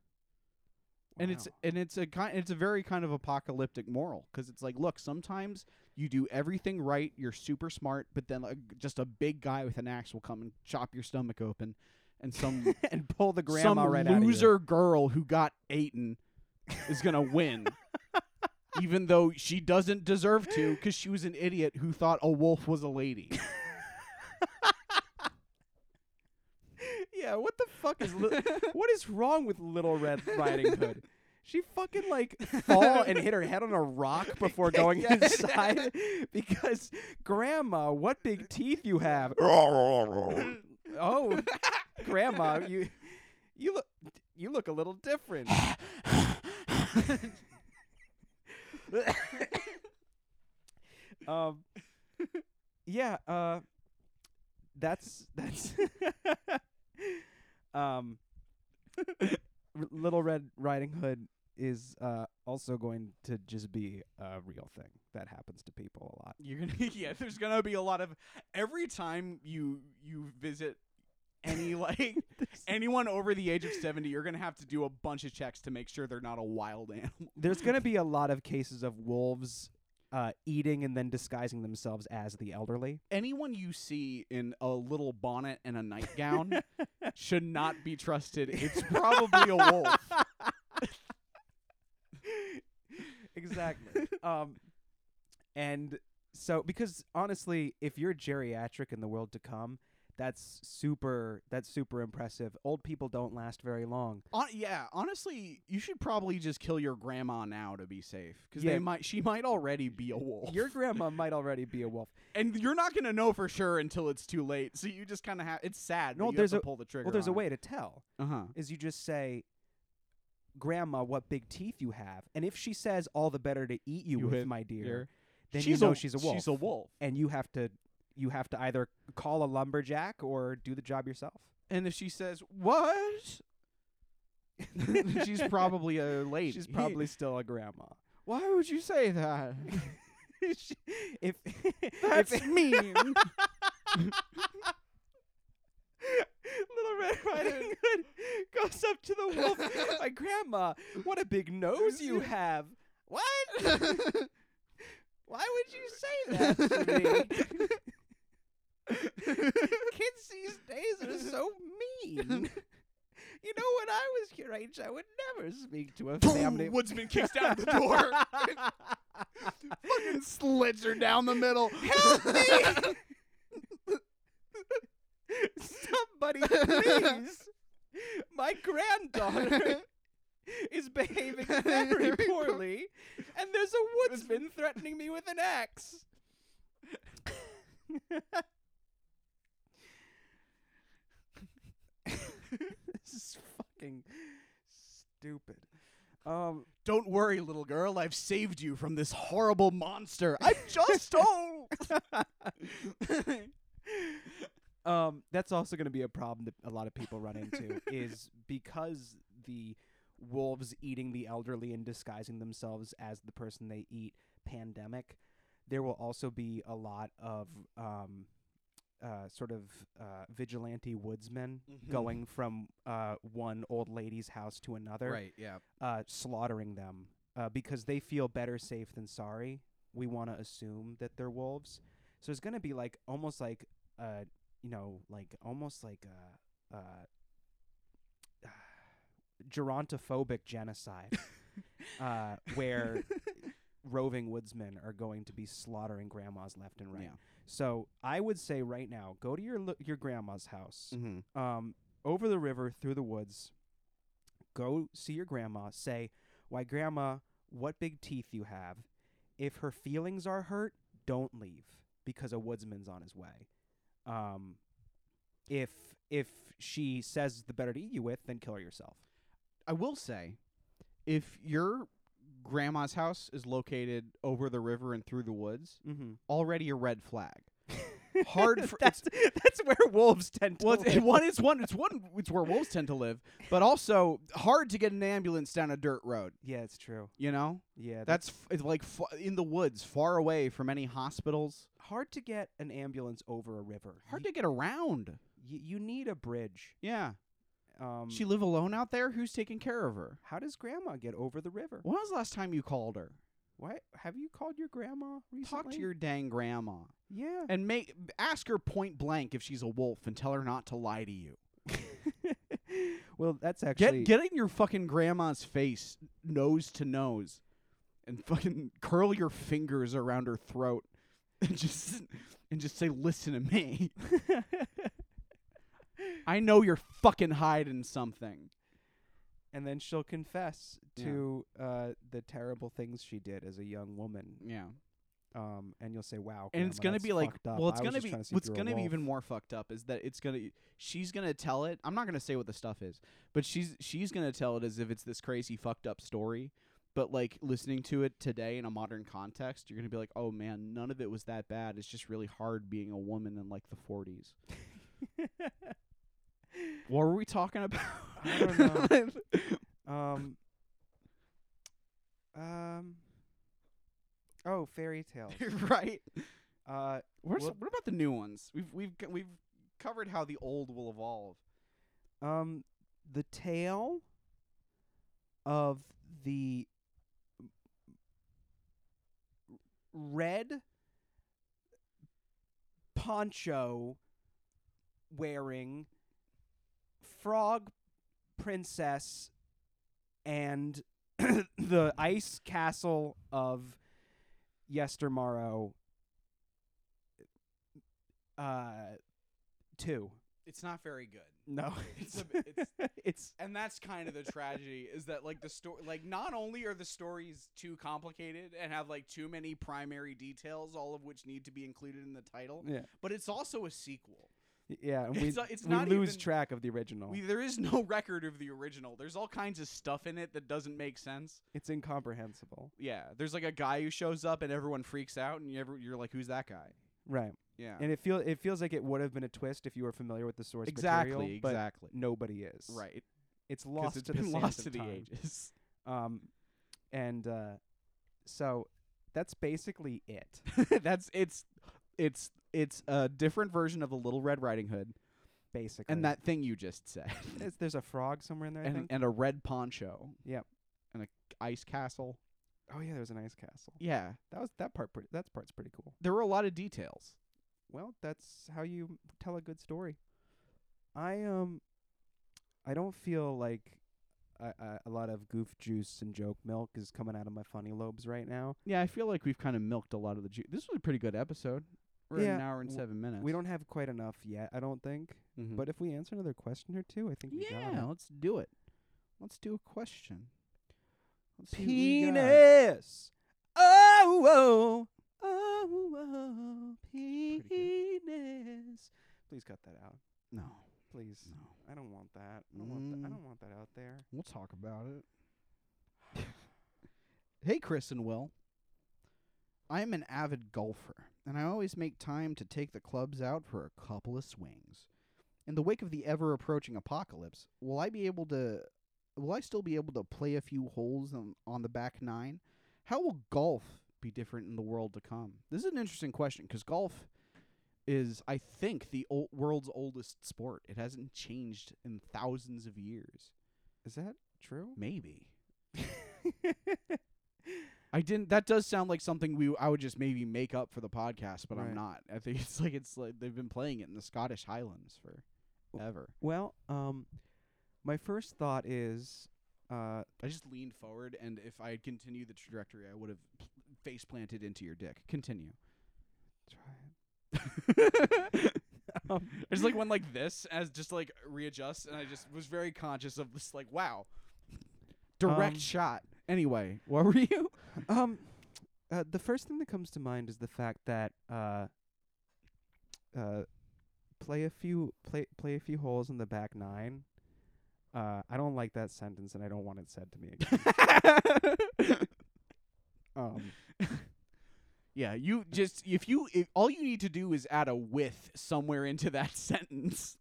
[SPEAKER 2] And it's
[SPEAKER 1] wow.
[SPEAKER 2] and it's a kind it's a very kind of apocalyptic moral because it's like look sometimes you do everything right you're super smart but then like just a big guy with an axe will come and chop your stomach open and some
[SPEAKER 1] and pull the
[SPEAKER 2] some
[SPEAKER 1] grandma right out
[SPEAKER 2] loser girl who got eaten is gonna win even though she doesn't deserve to because she was an idiot who thought a wolf was a lady
[SPEAKER 1] of you. Yeah, what the fuck is li- what is wrong with Little Red Riding Hood? She fucking like fall and hit her head on a rock before going inside because grandma, what big teeth you have. oh, grandma, you you look you look a little different. um yeah, uh that's that's um R- Little Red Riding Hood is uh also going to just be a real thing that happens to people a lot.
[SPEAKER 2] You're gonna yeah. There's gonna be a lot of every time you you visit any like anyone over the age of seventy, you're gonna have to do a bunch of checks to make sure they're not a wild animal.
[SPEAKER 1] There's going to be a lot of cases of wolves uh eating and then disguising themselves as the elderly.
[SPEAKER 2] Anyone you see in a little bonnet and a nightgown should not be trusted. It's probably a wolf.
[SPEAKER 1] exactly. um, and so, because honestly, if you're geriatric in the world to come, that's super. That's super impressive. Old people don't last very long.
[SPEAKER 2] Hon- yeah, honestly, you should probably just kill your grandma now to be safe, because
[SPEAKER 1] Yeah.
[SPEAKER 2] they might she might already be a wolf.
[SPEAKER 1] Your grandma might already be a wolf.
[SPEAKER 2] and you're not gonna know for sure until it's too late. So you just kind of have. It's sad.
[SPEAKER 1] No,
[SPEAKER 2] that you
[SPEAKER 1] there's
[SPEAKER 2] have
[SPEAKER 1] a-
[SPEAKER 2] to pull the trigger.
[SPEAKER 1] Well, there's a
[SPEAKER 2] on
[SPEAKER 1] way to tell.
[SPEAKER 2] Uh huh.
[SPEAKER 1] Is you just say, "Grandma, what big teeth you have," and if she says, "All the better to eat you,
[SPEAKER 2] You
[SPEAKER 1] with,
[SPEAKER 2] with
[SPEAKER 1] my dear," then you know she's a wolf.
[SPEAKER 2] She's a wolf.
[SPEAKER 1] and you have to, you have to either call a lumberjack or do the job yourself.
[SPEAKER 2] And if she says what, She's probably a lady.
[SPEAKER 1] She's probably still a grandma.
[SPEAKER 2] Why would you say that?
[SPEAKER 1] She- if
[SPEAKER 2] That's
[SPEAKER 1] if,
[SPEAKER 2] mean.
[SPEAKER 1] Little Red Riding Hood goes up to the wolf. My grandma, what a big nose you have! What? Why would you say that to me? Kids these days are so mean. You know, when I was your age, I would never speak to a family.
[SPEAKER 2] Woodsman kicks down the door. Fucking slits her down the middle.
[SPEAKER 1] Help me! Somebody, please! My granddaughter is behaving very poorly, and there's a woodsman threatening me with an axe. this is fucking stupid. Um,
[SPEAKER 2] Don't worry, little girl. I've saved you from this horrible monster. I just old.
[SPEAKER 1] um, that's also going to be a problem that a lot of people run into is because the wolves eating the elderly and disguising themselves as the person they eat pandemic there will also be a lot of um, uh, sort of uh, vigilante woodsmen
[SPEAKER 2] Mhm.
[SPEAKER 1] going from uh, one old lady's house to another
[SPEAKER 2] Yeah.
[SPEAKER 1] uh, slaughtering them uh, because they feel better safe than sorry. We want to assume that they're wolves. So it's going to be like almost like, uh, you know, like almost like a, uh, gerontophobic genocide uh, where roving woodsmen are going to be slaughtering grandmas left and right.
[SPEAKER 2] Yeah.
[SPEAKER 1] So I would say right now, go to your lo- your grandma's house
[SPEAKER 2] Mm-hmm.
[SPEAKER 1] um, over the river through the woods. Go see your grandma. Say, "Why, grandma, what big teeth you have!" If her feelings are hurt, don't leave because a woodsman's on his way. Um, if if she says the better to eat you with, then kill her yourself.
[SPEAKER 2] I will say, if your grandma's house is located over the river and through the woods,
[SPEAKER 1] Mm-hmm.
[SPEAKER 2] already a red flag. Hard for
[SPEAKER 1] that's that's where wolves tend to.
[SPEAKER 2] Well, it's,
[SPEAKER 1] live.
[SPEAKER 2] one, it's one, it's one, it's where wolves tend to live, but also hard to get an ambulance down a dirt road.
[SPEAKER 1] yeah, it's true.
[SPEAKER 2] You know,
[SPEAKER 1] Yeah,
[SPEAKER 2] that's f- it's like f- in the woods, far away from any hospitals.
[SPEAKER 1] hard to get an ambulance over a river.
[SPEAKER 2] Hard
[SPEAKER 1] Y-
[SPEAKER 2] to get around.
[SPEAKER 1] y- you need a bridge.
[SPEAKER 2] Yeah,
[SPEAKER 1] Um,
[SPEAKER 2] she live alone out there. Who's taking care of her?
[SPEAKER 1] How does grandma get over the river?
[SPEAKER 2] When was the last time you called her?
[SPEAKER 1] What have you called your grandma recently?
[SPEAKER 2] Talk to your dang grandma
[SPEAKER 1] yeah.
[SPEAKER 2] and make ask her point blank if she's a wolf and tell her not to lie to you.
[SPEAKER 1] well, that's actually
[SPEAKER 2] Get get in your fucking grandma's face, nose to nose, and fucking curl your fingers around her throat, and just and just say, "Listen to me. I know you're fucking hiding something."
[SPEAKER 1] and then she'll confess
[SPEAKER 2] Yeah.
[SPEAKER 1] to uh, the terrible things she did as a young woman.
[SPEAKER 2] Yeah,
[SPEAKER 1] Um, and you'll say, "Wow."
[SPEAKER 2] and it's
[SPEAKER 1] grandma,
[SPEAKER 2] gonna
[SPEAKER 1] that's
[SPEAKER 2] be like,
[SPEAKER 1] fucked up.
[SPEAKER 2] well, it's
[SPEAKER 1] I was
[SPEAKER 2] gonna
[SPEAKER 1] just
[SPEAKER 2] be
[SPEAKER 1] trying to see if
[SPEAKER 2] what's
[SPEAKER 1] you were a
[SPEAKER 2] gonna be even
[SPEAKER 1] wolf."
[SPEAKER 2] more fucked up is that it's gonna she's gonna tell it. I'm not gonna say what the stuff is, but she's she's gonna tell it as if it's this crazy fucked up story. But like listening to it today in a modern context, you're gonna be like, oh man, none of it was that bad. It's just really hard being a woman in like the 40s. What were we talking about?
[SPEAKER 1] I don't um. Um. Oh, fairy tales.
[SPEAKER 2] right.
[SPEAKER 1] uh,
[SPEAKER 2] Where's,
[SPEAKER 1] What-
[SPEAKER 2] what about the new ones? We've we've c- we've covered how the old will evolve.
[SPEAKER 1] Um, the tale of the red poncho wearing frog princess and the ice castle of yestermorrow uh two
[SPEAKER 2] It's not very good.
[SPEAKER 1] no,
[SPEAKER 2] It's a bit-
[SPEAKER 1] it's
[SPEAKER 2] and that's kind of the tragedy is that like the story like not only are the stories too complicated and have like too many primary details all of which need to be included in the title
[SPEAKER 1] yeah,
[SPEAKER 2] but it's also a sequel
[SPEAKER 1] yeah. And we
[SPEAKER 2] It's not- it's
[SPEAKER 1] we
[SPEAKER 2] not
[SPEAKER 1] lose
[SPEAKER 2] even-
[SPEAKER 1] track of the original.
[SPEAKER 2] we, there is no record of the original there's all kinds of stuff in it that doesn't make sense
[SPEAKER 1] it's incomprehensible,
[SPEAKER 2] yeah there's like a guy who shows up and everyone freaks out and you ever, you're like who's that guy
[SPEAKER 1] right?
[SPEAKER 2] yeah
[SPEAKER 1] And it feels it feels like it would have been a twist if you were familiar with the source
[SPEAKER 2] exactly
[SPEAKER 1] material, but
[SPEAKER 2] exactly
[SPEAKER 1] nobody is.
[SPEAKER 2] right
[SPEAKER 1] It's
[SPEAKER 2] 'cause
[SPEAKER 1] lost
[SPEAKER 2] it's
[SPEAKER 1] to
[SPEAKER 2] been
[SPEAKER 1] the sands
[SPEAKER 2] lost
[SPEAKER 1] of
[SPEAKER 2] to the
[SPEAKER 1] time.
[SPEAKER 2] ages.
[SPEAKER 1] Um, and uh, so that's basically it.
[SPEAKER 2] That's it's it's it's a different version of the Little Red Riding Hood
[SPEAKER 1] Basically,
[SPEAKER 2] and that thing you just said,
[SPEAKER 1] There's- there's a frog somewhere in there. I
[SPEAKER 2] and
[SPEAKER 1] think.
[SPEAKER 2] and a red poncho.
[SPEAKER 1] Yep.
[SPEAKER 2] and a ice castle.
[SPEAKER 1] Oh yeah, there's an ice castle.
[SPEAKER 2] Yeah,
[SPEAKER 1] That was that part. Pretty, that part's pretty cool.
[SPEAKER 2] there were a lot of details.
[SPEAKER 1] Well, that's how you tell a good story. I um, I don't feel like a, a, a lot of goof juice and joke milk is coming out of my funny lobes right now.
[SPEAKER 2] Yeah, I feel like we've kind of milked a lot of the juice. This was a pretty good episode. We're at
[SPEAKER 1] Yeah,
[SPEAKER 2] an hour and
[SPEAKER 1] w-
[SPEAKER 2] seven minutes.
[SPEAKER 1] We don't have quite enough yet, I don't think.
[SPEAKER 2] Mhm.
[SPEAKER 1] But if we answer another question or two, I think we got
[SPEAKER 2] yeah,
[SPEAKER 1] it.
[SPEAKER 2] let's do it. Let's do a question. Let's see what we got.
[SPEAKER 1] Penis. Oh, oh, oh, oh, penis. Please cut that out.
[SPEAKER 2] No,
[SPEAKER 1] Please.
[SPEAKER 2] no.
[SPEAKER 1] I don't want that. I don't want that.
[SPEAKER 2] Mm.
[SPEAKER 1] I don't want that out there.
[SPEAKER 2] We'll talk about it. hey, Chris and Will. I am an avid golfer, and I always make time to take the clubs out for a couple of swings. In the wake of the ever approaching apocalypse, will I be able to. Will I still be able to play a few holes on, on the back nine? How will golf be different in the world to come? This is an interesting question because golf is, I think, the old, world's oldest sport. It hasn't changed in thousands of years.
[SPEAKER 1] Is that true?
[SPEAKER 2] Maybe. I didn't. That does sound like something we I would just maybe make up for the podcast, but I'm
[SPEAKER 1] Right.
[SPEAKER 2] not. I think it's like it's like they've been playing it in the Scottish Highlands for
[SPEAKER 1] W-
[SPEAKER 2] ever.
[SPEAKER 1] well, um, my first thought is, uh,
[SPEAKER 2] I just leaned forward, and if I had continued the trajectory, I would have p- face planted into your dick. Continue.
[SPEAKER 1] try
[SPEAKER 2] I just like went like this as just like readjust, and I just was very conscious of this. Like wow, direct
[SPEAKER 1] Um,
[SPEAKER 2] shot. Anyway, what were you?
[SPEAKER 1] it. um, uh, the first thing that comes to mind is the fact that uh, uh, play a few play play a few holes in the back nine. Uh, I don't like that sentence, and I don't want it said to me again. um,
[SPEAKER 2] Yeah, you just if you if, all you need to do is add a with somewhere into that sentence.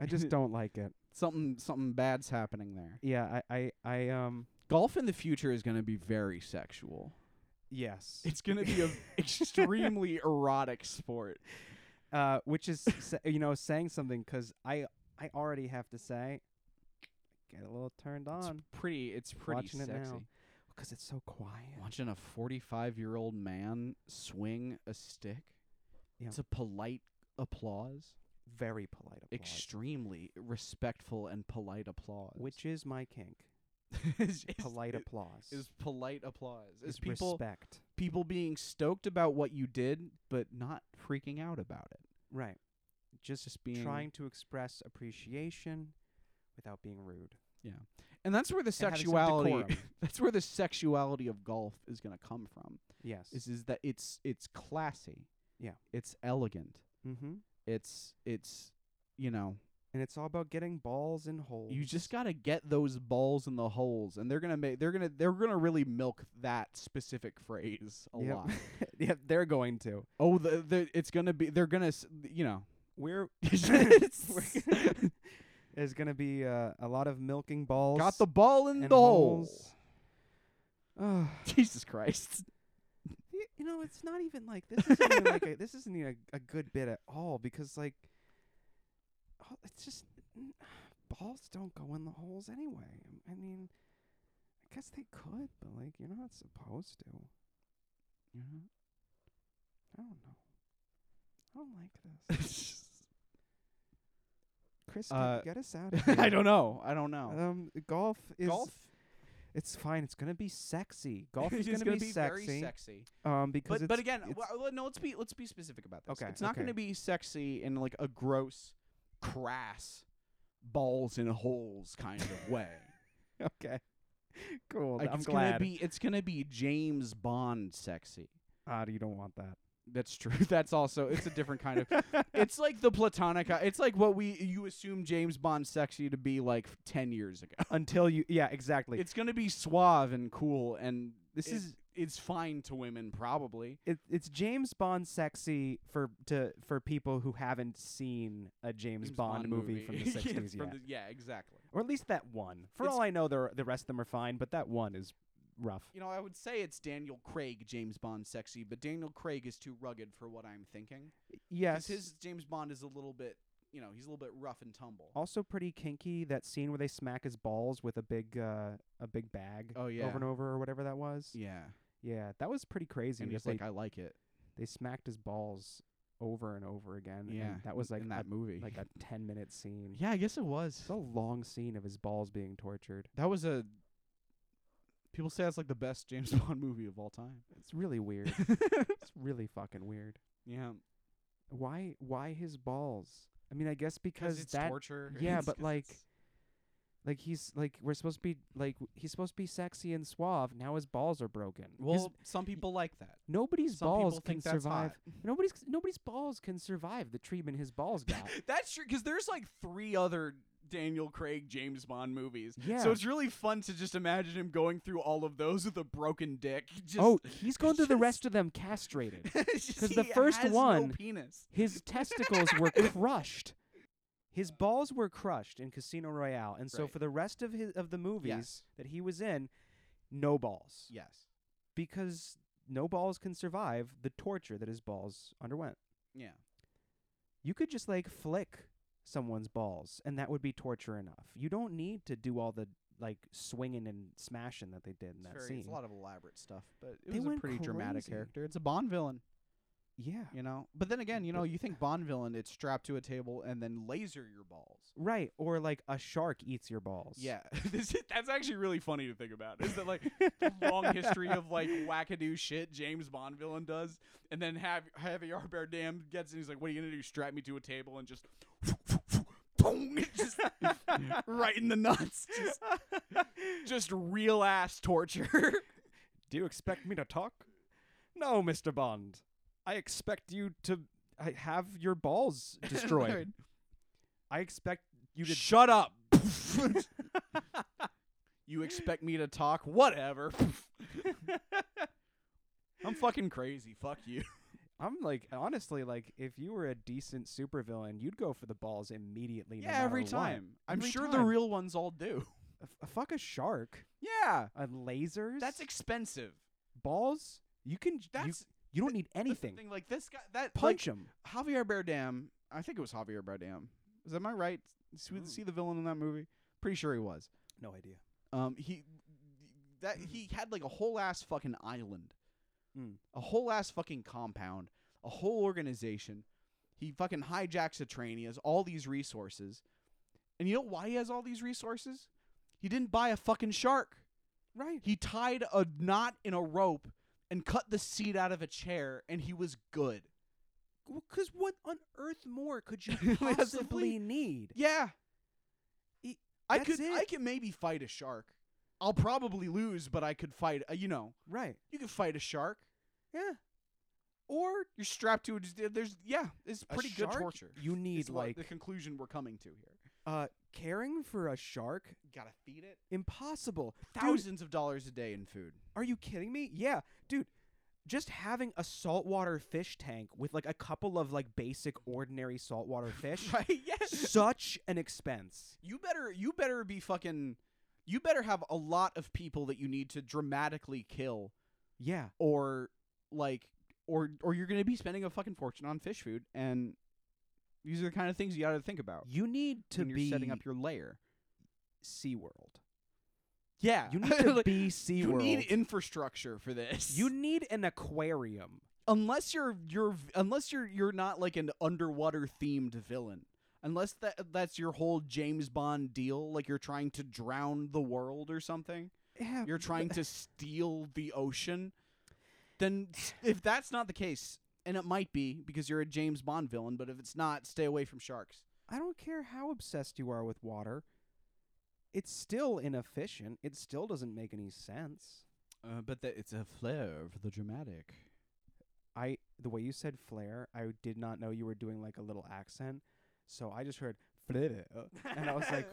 [SPEAKER 1] I just don't like it.
[SPEAKER 2] Something something bad's happening there.
[SPEAKER 1] Yeah, I I, I um.
[SPEAKER 2] Golf in the future is going to be very sexual.
[SPEAKER 1] Yes.
[SPEAKER 2] It's going to be an extremely erotic sport.
[SPEAKER 1] uh, which is sa- you know saying something 'cause I I already have to say get a little turned
[SPEAKER 2] It's
[SPEAKER 1] on
[SPEAKER 2] pretty it's pretty
[SPEAKER 1] Watching it
[SPEAKER 2] sexy.
[SPEAKER 1] now. 'cause it's so quiet.
[SPEAKER 2] Watching a 45-year-old man swing a stick.
[SPEAKER 1] Yeah.
[SPEAKER 2] It's a polite applause,
[SPEAKER 1] Very polite applause,
[SPEAKER 2] extremely respectful and polite applause.
[SPEAKER 1] which is my kink.
[SPEAKER 2] is, is-
[SPEAKER 1] Polite applause
[SPEAKER 2] is polite applause. Is
[SPEAKER 1] is
[SPEAKER 2] people
[SPEAKER 1] respect.
[SPEAKER 2] people being stoked about what you did but not freaking out about it.
[SPEAKER 1] Right. Just,
[SPEAKER 2] Just being
[SPEAKER 1] trying to express appreciation without being rude.
[SPEAKER 2] And that's where the
[SPEAKER 1] having some
[SPEAKER 2] sexuality
[SPEAKER 1] decorum.
[SPEAKER 2] that's where the sexuality of golf is going to come from.
[SPEAKER 1] Yes.
[SPEAKER 2] Is is that it's it's classy.
[SPEAKER 1] Yeah.
[SPEAKER 2] It's elegant.
[SPEAKER 1] mm-hmm.
[SPEAKER 2] It's it's you know,
[SPEAKER 1] And it's all about getting balls in holes.
[SPEAKER 2] you just got to get those balls in the holes and they're going to make they're going to they're going to really milk that specific phrase a
[SPEAKER 1] Yep.
[SPEAKER 2] lot.
[SPEAKER 1] yep, they're going to.
[SPEAKER 2] Oh, the, the it's going to be they're going to you know,
[SPEAKER 1] We're
[SPEAKER 2] It's-
[SPEAKER 1] there's gonna be uh, a lot of milking balls.
[SPEAKER 2] Got the ball in
[SPEAKER 1] and
[SPEAKER 2] the hole.
[SPEAKER 1] Ugh.
[SPEAKER 2] Jesus Christ.
[SPEAKER 1] Y- you know, it's not even like this isn't even like a, this isn't even a, a good bit at all because like, oh, it's just n- balls don't go in the holes anyway. I mean, I guess they could, but like you're not supposed to. I don't know. I don't like this. Kristen,
[SPEAKER 2] Uh,
[SPEAKER 1] get us out of here.
[SPEAKER 2] I don't know. I don't know.
[SPEAKER 1] Um, golf is
[SPEAKER 2] Golf
[SPEAKER 1] It's fine. It's gonna be sexy. Golf is
[SPEAKER 2] it's
[SPEAKER 1] gonna,
[SPEAKER 2] gonna
[SPEAKER 1] be, sexy.
[SPEAKER 2] very sexy.
[SPEAKER 1] Um, because
[SPEAKER 2] But
[SPEAKER 1] it's,
[SPEAKER 2] but again,
[SPEAKER 1] it's-
[SPEAKER 2] well, well, no. Let's be let's be specific about this.
[SPEAKER 1] Okay,
[SPEAKER 2] it's not going
[SPEAKER 1] okay.
[SPEAKER 2] to be sexy in like a gross, crass, balls in holes kind of way.
[SPEAKER 1] okay, cool.
[SPEAKER 2] Like,
[SPEAKER 1] I'm
[SPEAKER 2] it's
[SPEAKER 1] glad.
[SPEAKER 2] Gonna be, it's going to be James Bond sexy.
[SPEAKER 1] ah, you don't want that.
[SPEAKER 2] That's true. That's also it's a different kind of. It's like the platonic. It's like what we you assume James Bond sexy to be like ten years ago.
[SPEAKER 1] Until you, yeah, exactly.
[SPEAKER 2] it's gonna be suave and cool, and this
[SPEAKER 1] It-
[SPEAKER 2] is it's fine to women probably.
[SPEAKER 1] it, it's James Bond sexy for to for people who haven't seen a James, Bond, movie, from the 60s
[SPEAKER 2] From
[SPEAKER 1] yet,
[SPEAKER 2] the- yeah, exactly.
[SPEAKER 1] or at least that one. For
[SPEAKER 2] It's-
[SPEAKER 1] all I know, the the rest of them are fine, but that one is rough.
[SPEAKER 2] You know, I would say it's Daniel Craig James Bond sexy, but Daniel Craig is too rugged for what I'm thinking. 'Cause
[SPEAKER 1] Yes,
[SPEAKER 2] his James Bond is a little bit, you know, he's a little bit rough and tumble.
[SPEAKER 1] also pretty kinky. That scene where they smack his balls with a big uh, a big bag
[SPEAKER 2] Oh, yeah.
[SPEAKER 1] over and over or whatever that was.
[SPEAKER 2] Yeah,
[SPEAKER 1] Yeah, that was pretty crazy.
[SPEAKER 2] and
[SPEAKER 1] that
[SPEAKER 2] he's
[SPEAKER 1] they,
[SPEAKER 2] like, I like it.
[SPEAKER 1] they smacked his balls over and over again.
[SPEAKER 2] Yeah,
[SPEAKER 1] and that was like
[SPEAKER 2] in
[SPEAKER 1] a-
[SPEAKER 2] that movie.
[SPEAKER 1] like a ten minute scene.
[SPEAKER 2] yeah, I guess it was.
[SPEAKER 1] It's a long scene of his balls being tortured.
[SPEAKER 2] That was a. People say that's like the best James Bond movie of all time.
[SPEAKER 1] It's really weird. it's really fucking weird.
[SPEAKER 2] yeah,
[SPEAKER 1] Why why his balls? I mean, I guess because
[SPEAKER 2] it's
[SPEAKER 1] that
[SPEAKER 2] torture.
[SPEAKER 1] yeah,
[SPEAKER 2] It's
[SPEAKER 1] but
[SPEAKER 2] 'cause
[SPEAKER 1] like
[SPEAKER 2] it's-
[SPEAKER 1] like he's like we're supposed to be like w- he's supposed to be sexy and suave. Now his balls are broken. His-
[SPEAKER 2] well, some people like that.
[SPEAKER 1] nobody's
[SPEAKER 2] Some
[SPEAKER 1] balls
[SPEAKER 2] people
[SPEAKER 1] can
[SPEAKER 2] think that's
[SPEAKER 1] survive.
[SPEAKER 2] hot.
[SPEAKER 1] Nobody's nobody's balls can survive the treatment his balls got.
[SPEAKER 2] That's true because there's like three other Daniel Craig James Bond movies.
[SPEAKER 1] Yeah.
[SPEAKER 2] So it's really fun to just imagine him going through all of those with a broken dick. Just,
[SPEAKER 1] oh, he's going through the
[SPEAKER 2] just-
[SPEAKER 1] rest of them castrated.
[SPEAKER 2] because
[SPEAKER 1] the first one-
[SPEAKER 2] penis.
[SPEAKER 1] His testicles were crushed. His balls were crushed in Casino Royale, and so
[SPEAKER 2] Right.
[SPEAKER 1] for the rest of his of the movies
[SPEAKER 2] Yes.
[SPEAKER 1] that he was in, no balls
[SPEAKER 2] Yes.
[SPEAKER 1] because no balls can survive the torture that his balls underwent.
[SPEAKER 2] Yeah.
[SPEAKER 1] You could just like flick someone's balls, and that would be torture enough. You don't need to do all the like swinging and smashing that they did in
[SPEAKER 2] It's,
[SPEAKER 1] that
[SPEAKER 2] very,
[SPEAKER 1] scene.
[SPEAKER 2] it's a lot of elaborate stuff, but it
[SPEAKER 1] They
[SPEAKER 2] was a
[SPEAKER 1] went
[SPEAKER 2] pretty dramatic
[SPEAKER 1] crazy.
[SPEAKER 2] character. It's a Bond villain.
[SPEAKER 1] yeah,
[SPEAKER 2] you know. But then again, you know,
[SPEAKER 1] But-
[SPEAKER 2] you think Bond villain, it's strapped to a table and then laser your balls.
[SPEAKER 1] right. Or like a shark eats your balls.
[SPEAKER 2] Yeah, This is- that's actually really funny to think about. Is that like the long history of like wackadoo shit James Bond villain does, and then have Javier Bardem gets and he's like, "What are you gonna do? Strap me to a table and just." boom, it just right in the nuts. Just, just real ass torture.
[SPEAKER 1] Do you expect me to talk? No, Mr. Bond. I expect you to I have your balls destroyed. I expect you to.
[SPEAKER 2] Shut up. you expect me to talk? Whatever. I'm fucking crazy. Fuck you.
[SPEAKER 1] I'm like, honestly, like, if you were a decent supervillain, you'd go for the balls immediately. no
[SPEAKER 2] Yeah, every
[SPEAKER 1] matter what.
[SPEAKER 2] time. I'm
[SPEAKER 1] Every
[SPEAKER 2] sure the
[SPEAKER 1] time.
[SPEAKER 2] real ones all do.
[SPEAKER 1] F- uh, fuck a shark.
[SPEAKER 2] Yeah.
[SPEAKER 1] Uh, lasers.
[SPEAKER 2] That's expensive.
[SPEAKER 1] balls. You can. you,
[SPEAKER 2] That's
[SPEAKER 1] you don't need
[SPEAKER 2] that's the
[SPEAKER 1] anything.
[SPEAKER 2] thing. Like this guy that
[SPEAKER 1] Punch him.
[SPEAKER 2] like, Javier Bardem. I think it was Javier Bardem. Is that my right? See,
[SPEAKER 1] Mm.
[SPEAKER 2] see the villain in that movie? Pretty sure he was.
[SPEAKER 1] No idea.
[SPEAKER 2] Um, he that he had like a whole ass fucking island,
[SPEAKER 1] Mm.
[SPEAKER 2] a whole ass fucking compound, a whole organization. He fucking hijacks a train. He has all these resources, and you know why he has all these resources? He didn't buy a fucking shark.
[SPEAKER 1] Right.
[SPEAKER 2] He tied a knot in a rope and cut the seat out of a chair, and he was good.
[SPEAKER 1] Because what on earth more could you
[SPEAKER 2] That's the
[SPEAKER 1] possibly
[SPEAKER 2] thing.
[SPEAKER 1] need?
[SPEAKER 2] Yeah,
[SPEAKER 1] E-
[SPEAKER 2] I
[SPEAKER 1] that's
[SPEAKER 2] could. I
[SPEAKER 1] it.
[SPEAKER 2] could maybe fight a shark. I'll probably lose, but I could fight. Uh, you know,
[SPEAKER 1] Right.
[SPEAKER 2] you could fight a shark.
[SPEAKER 1] Yeah. Or
[SPEAKER 2] You're strapped to it. There's yeah, it's
[SPEAKER 1] A
[SPEAKER 2] pretty good
[SPEAKER 1] shark,
[SPEAKER 2] torture.
[SPEAKER 1] You need
[SPEAKER 2] Is what
[SPEAKER 1] like
[SPEAKER 2] the conclusion we're coming to here.
[SPEAKER 1] uh caring for a shark?
[SPEAKER 2] Gotta feed it
[SPEAKER 1] Impossible. Dude,
[SPEAKER 2] thousands of dollars a day in food.
[SPEAKER 1] are you kidding me? Yeah, dude. Just having a saltwater fish tank with like a couple of like basic ordinary saltwater fish,
[SPEAKER 2] Right? Yes.
[SPEAKER 1] such an expense.
[SPEAKER 2] You better you better be fucking. You better have a lot of people that you need to dramatically kill,
[SPEAKER 1] Yeah.
[SPEAKER 2] or like, or or you're gonna be spending a fucking fortune on fish food, and these are the kind of things you gotta think about
[SPEAKER 1] You need to
[SPEAKER 2] when you're
[SPEAKER 1] be
[SPEAKER 2] setting up your lair.
[SPEAKER 1] SeaWorld.
[SPEAKER 2] Yeah,
[SPEAKER 1] You need to
[SPEAKER 2] Like,
[SPEAKER 1] be SeaWorld.
[SPEAKER 2] You need infrastructure for this.
[SPEAKER 1] you need an aquarium.
[SPEAKER 2] unless you're you're unless you're you're not like an underwater themed villain unless that that's your whole James Bond deal like you're trying to drown the world or something
[SPEAKER 1] Yeah,
[SPEAKER 2] you're trying to steal the ocean then s- if that's not the case and it might be because you're a James Bond villain but if it's not stay away from sharks
[SPEAKER 1] I don't care how obsessed you are with water. It's still inefficient. It still doesn't make any sense.
[SPEAKER 2] uh, but that it's a flair for the dramatic
[SPEAKER 1] I the way you said flair, I did not know you were doing like a little accent. So I just heard flair, and I was like,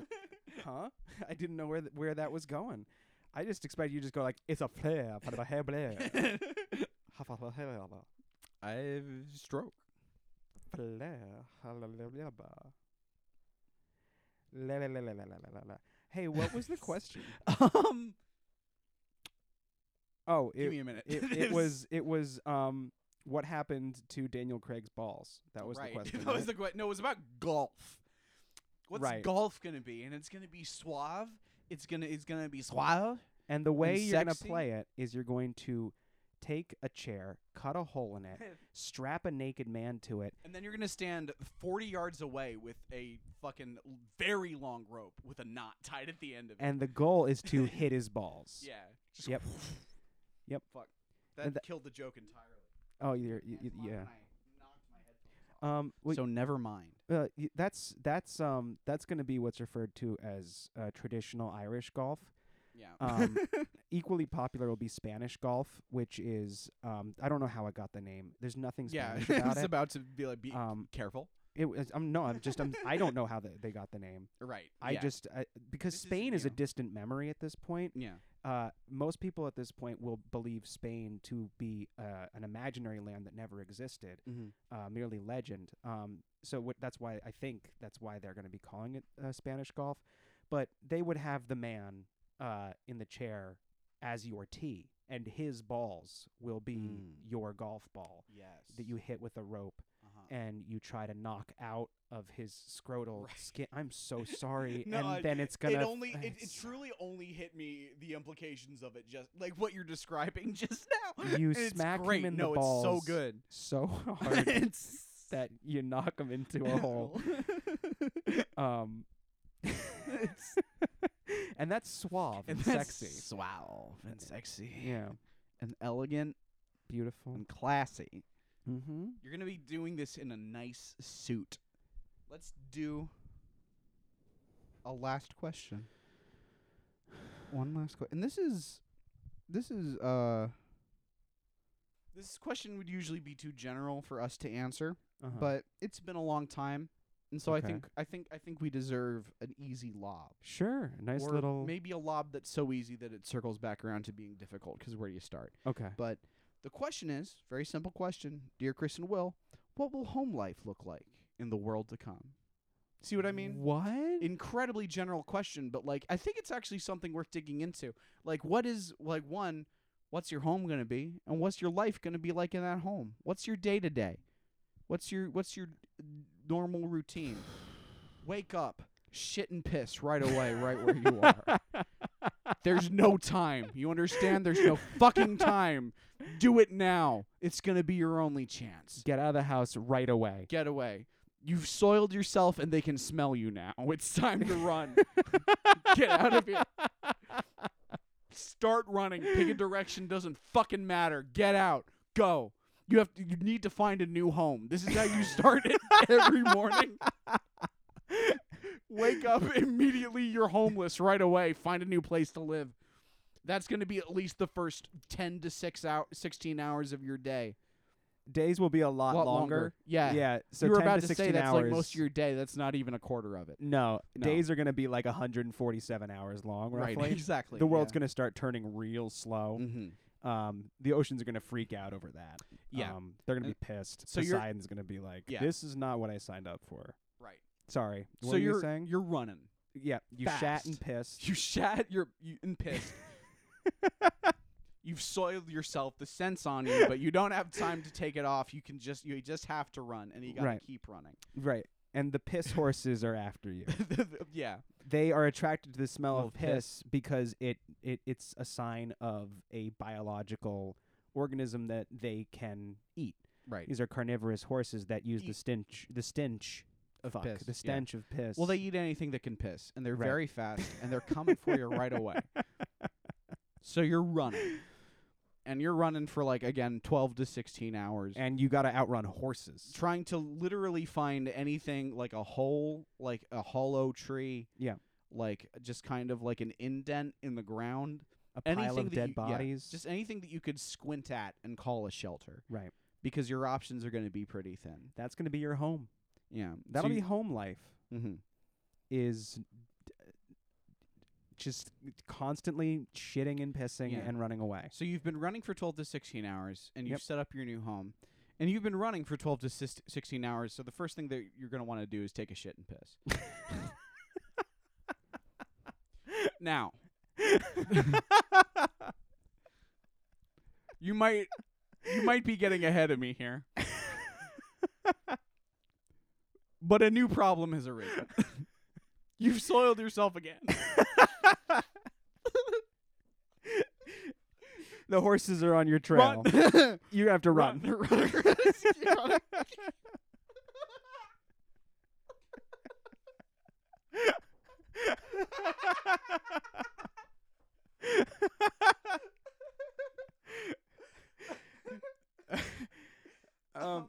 [SPEAKER 1] "Huh?" I didn't know where th- where that was going. I just expect you to just go like, "It's a flair, for the hair blare, flair,
[SPEAKER 2] I've stroke
[SPEAKER 1] flair, la la la la la la la la la la la." Hey, what was the question?
[SPEAKER 2] um,
[SPEAKER 1] Oh,
[SPEAKER 2] give
[SPEAKER 1] it
[SPEAKER 2] me a minute.
[SPEAKER 1] it, it was it was um what happened to Daniel Craig's balls? That was
[SPEAKER 2] right.
[SPEAKER 1] the question.
[SPEAKER 2] that was
[SPEAKER 1] right?
[SPEAKER 2] the que- no. It was about golf. What's
[SPEAKER 1] Right.
[SPEAKER 2] golf gonna be? And it's gonna be suave. It's gonna it's gonna be suave.
[SPEAKER 1] and the way you're gonna
[SPEAKER 2] sexy.
[SPEAKER 1] play it is you're going to take a chair, cut a hole in it, strap a naked man to it.
[SPEAKER 2] And then you're gonna stand 40 yards away with a fucking l- very long rope with a knot tied at the end of it.
[SPEAKER 1] And the goal is to hit his balls.
[SPEAKER 2] yeah. Just
[SPEAKER 1] Yep. Yep.
[SPEAKER 2] Fuck. That
[SPEAKER 1] And tha-
[SPEAKER 2] killed the joke entirely.
[SPEAKER 1] Oh, you're, you,
[SPEAKER 2] That's why
[SPEAKER 1] yeah.
[SPEAKER 2] I knocked my headphones off.
[SPEAKER 1] Um, well,
[SPEAKER 2] so never mind.
[SPEAKER 1] uh, y- that's that's um that's going to be what's referred to as uh, traditional Irish golf.
[SPEAKER 2] Yeah.
[SPEAKER 1] Um, equally popular will be Spanish golf, which is um I don't know how I got the name. There's nothing
[SPEAKER 2] yeah.
[SPEAKER 1] Spanish
[SPEAKER 2] I
[SPEAKER 1] about
[SPEAKER 2] was
[SPEAKER 1] it.
[SPEAKER 2] about to be like, be
[SPEAKER 1] um,
[SPEAKER 2] careful.
[SPEAKER 1] it was I'm no, I'm just I'm I don't know how the, they got the name.
[SPEAKER 2] Right.
[SPEAKER 1] I
[SPEAKER 2] yeah.
[SPEAKER 1] just I, because
[SPEAKER 2] This is
[SPEAKER 1] Spain is a
[SPEAKER 2] new.
[SPEAKER 1] distant memory at this point.
[SPEAKER 2] yeah.
[SPEAKER 1] Uh, most people at this point will believe Spain to be uh, an imaginary land that never existed.
[SPEAKER 2] Mm-hmm.
[SPEAKER 1] uh, merely legend. Um, so what, that's why I think that's why they're going to be calling it uh, Spanish golf. But they would have the man uh, in the chair as your tee, and his balls will be
[SPEAKER 2] Mm.
[SPEAKER 1] your golf ball
[SPEAKER 2] Yes.
[SPEAKER 1] that you hit with a rope,
[SPEAKER 2] Uh-huh.
[SPEAKER 1] and you try to knock out of his scrotal
[SPEAKER 2] Right.
[SPEAKER 1] skin. I'm so sorry.
[SPEAKER 2] No,
[SPEAKER 1] and
[SPEAKER 2] I-
[SPEAKER 1] then it's gonna.
[SPEAKER 2] it only it, it
[SPEAKER 1] it's-
[SPEAKER 2] truly only hit me the implications of it just like what you're describing just now.
[SPEAKER 1] You
[SPEAKER 2] And it's
[SPEAKER 1] smack him
[SPEAKER 2] great.
[SPEAKER 1] in the
[SPEAKER 2] no,
[SPEAKER 1] balls
[SPEAKER 2] It's so good.
[SPEAKER 1] so hard
[SPEAKER 2] it's
[SPEAKER 1] that you knock him into a hole. Um, and that's suave and,
[SPEAKER 2] and
[SPEAKER 1] sexy.
[SPEAKER 2] sexy. Wow, and sexy.
[SPEAKER 1] Yeah,
[SPEAKER 2] And elegant
[SPEAKER 1] beautiful.
[SPEAKER 2] and classy.
[SPEAKER 1] Mm-hmm.
[SPEAKER 2] You're gonna be doing this in a nice suit. Let's do a last question. One last question, and this is this is uh this question would usually be too general for us to answer,
[SPEAKER 1] Uh-huh.
[SPEAKER 2] but it's been a long time, and so
[SPEAKER 1] Okay.
[SPEAKER 2] I think I think I think we deserve an easy lob,
[SPEAKER 1] sure, nice
[SPEAKER 2] or
[SPEAKER 1] little.
[SPEAKER 2] maybe a lob that's so easy that it circles back around to being difficult. Because where do you start?
[SPEAKER 1] okay.
[SPEAKER 2] But the question is very simple question, dear Chris and Will, what will home life look like in the world to come? See what I mean?
[SPEAKER 1] What?
[SPEAKER 2] Incredibly general question, but like I think it's actually something worth digging into. Like what is like one, what's your home going to be and what's your life going to be like in that home? What's your day to day? What's your what's your normal routine? Wake up, shit and piss right away right where you are. There's no time. You understand? There's no fucking time. Do it now. It's going to be your only chance.
[SPEAKER 1] Get out of the house right away.
[SPEAKER 2] Get away. You've soiled yourself and they can smell you now. It's time to run. Get out of here. Start running. Pick a direction doesn't fucking matter. Get out. Go. You have to, you need to find a new home. This is how you start it every morning. Wake up immediately. You're homeless right away. Find a new place to live. That's going to be at least the first 10 to 6 hour 16 hours of your day.
[SPEAKER 1] Days will be a lot,
[SPEAKER 2] Lot
[SPEAKER 1] longer.
[SPEAKER 2] Yeah.
[SPEAKER 1] Yeah. So
[SPEAKER 2] you were
[SPEAKER 1] 10
[SPEAKER 2] about
[SPEAKER 1] to
[SPEAKER 2] to,
[SPEAKER 1] 16
[SPEAKER 2] say that's
[SPEAKER 1] hours.
[SPEAKER 2] like most of your day. That's not even a quarter of it.
[SPEAKER 1] No,
[SPEAKER 2] No.
[SPEAKER 1] days are going to be like 147 hours long, roughly.
[SPEAKER 2] Exactly.
[SPEAKER 1] The world's going to start turning real slow.
[SPEAKER 2] gonna. Mm-hmm.
[SPEAKER 1] Um, the oceans are going to freak out over that.
[SPEAKER 2] Yeah.
[SPEAKER 1] Um, they're going to
[SPEAKER 2] And
[SPEAKER 1] be pissed.
[SPEAKER 2] so you're-
[SPEAKER 1] Poseidon's going to be like,
[SPEAKER 2] Yeah.
[SPEAKER 1] "This is not what I signed up for."
[SPEAKER 2] right.
[SPEAKER 1] Sorry. What
[SPEAKER 2] so
[SPEAKER 1] are you
[SPEAKER 2] you're
[SPEAKER 1] saying?
[SPEAKER 2] you're running.
[SPEAKER 1] yeah. You shat and
[SPEAKER 2] fast.
[SPEAKER 1] pissed.
[SPEAKER 2] You shat. You're you, and pissed. You've soiled yourself. The scent's on you, but you don't have time to take it off. You can just you just have to run, and you gotta
[SPEAKER 1] Right.
[SPEAKER 2] keep running.
[SPEAKER 1] Right. And the piss horses are after you.
[SPEAKER 2] yeah.
[SPEAKER 1] they are attracted to the smell
[SPEAKER 2] Smell
[SPEAKER 1] of
[SPEAKER 2] of
[SPEAKER 1] piss, because it, it it's a sign of a biological organism that they can eat.
[SPEAKER 2] Right.
[SPEAKER 1] These are carnivorous horses that use the
[SPEAKER 2] Eat.
[SPEAKER 1] stench the stench
[SPEAKER 2] Of
[SPEAKER 1] fuck,
[SPEAKER 2] piss, yeah.
[SPEAKER 1] the stench of piss.
[SPEAKER 2] Well, they eat anything that can piss, and they're
[SPEAKER 1] Right.
[SPEAKER 2] very fast, and they're coming for you right away. So you're running, and you're running for like again twelve to sixteen hours,
[SPEAKER 1] and you got to outrun horses.
[SPEAKER 2] trying to literally find anything like a hole, like a hollow tree.
[SPEAKER 1] Yeah.
[SPEAKER 2] Like just kind of like an indent in the ground.
[SPEAKER 1] A
[SPEAKER 2] Anything
[SPEAKER 1] pile of
[SPEAKER 2] that
[SPEAKER 1] dead
[SPEAKER 2] you- yeah,
[SPEAKER 1] bodies.
[SPEAKER 2] Just anything that you could squint at and call a shelter
[SPEAKER 1] right.
[SPEAKER 2] because your options are going to be pretty thin.
[SPEAKER 1] That's going to be your home.
[SPEAKER 2] Yeah.
[SPEAKER 1] That'll be home life
[SPEAKER 2] hmm
[SPEAKER 1] is d- just constantly shitting and pissing
[SPEAKER 2] Yeah.
[SPEAKER 1] and running away.
[SPEAKER 2] So you've been running for 12 to 16 hours and you've
[SPEAKER 1] Yep.
[SPEAKER 2] set up your new home. And you've been running for 12 to sis- 16 hours, so the first thing that you're going to want to do is take a shit and piss. Now, you might you might be getting ahead of me here. but a new problem has arisen. You've soiled yourself again.
[SPEAKER 1] The horses are on your trail.
[SPEAKER 2] Run.
[SPEAKER 1] You have to run.
[SPEAKER 2] Run. Run.
[SPEAKER 1] Um,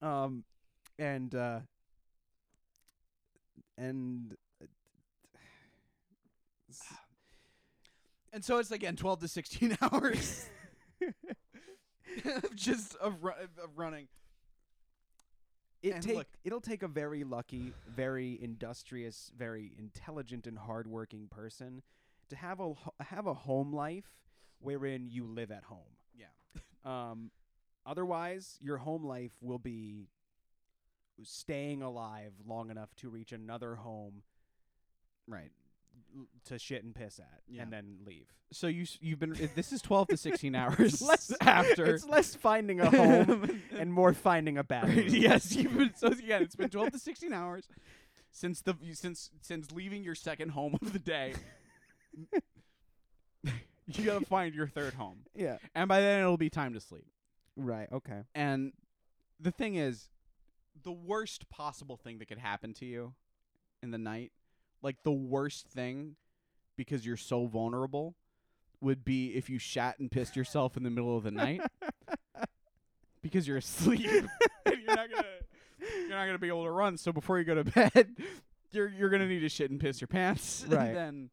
[SPEAKER 1] um, and uh, and s-
[SPEAKER 2] And so it's again twelve to sixteen hours, of just of, ru- of running.
[SPEAKER 1] it
[SPEAKER 2] And
[SPEAKER 1] take
[SPEAKER 2] look-
[SPEAKER 1] it'll take a very lucky, very industrious, very intelligent and hardworking person to have a ho- have a home life wherein you live at home.
[SPEAKER 2] Yeah.
[SPEAKER 1] um, otherwise, your home life will be staying alive long enough to reach another home
[SPEAKER 2] Right.
[SPEAKER 1] l- to shit and piss at,
[SPEAKER 2] Yeah.
[SPEAKER 1] and then leave.
[SPEAKER 2] So you s- you've been it- this is twelve to sixteen hours
[SPEAKER 1] less-
[SPEAKER 2] after
[SPEAKER 1] It's less finding a home and more finding a
[SPEAKER 2] Right,
[SPEAKER 1] bathroom.
[SPEAKER 2] yes, you've been so again. It's been twelve to sixteen hours since the you- since since leaving your second home of the day. you gotta find your third home,
[SPEAKER 1] Yeah.
[SPEAKER 2] and by then it'll be time to sleep.
[SPEAKER 1] Right. Okay.
[SPEAKER 2] And the thing is, the worst possible thing that could happen to you in the night, like the worst thing, because you're so vulnerable, would be if you shat and pissed yourself in the middle of the night because you're asleep and you're not gonna you're not gonna be able to run. So before you go to bed, you're you're gonna need to shit and piss your pants.
[SPEAKER 1] Right.
[SPEAKER 2] And then,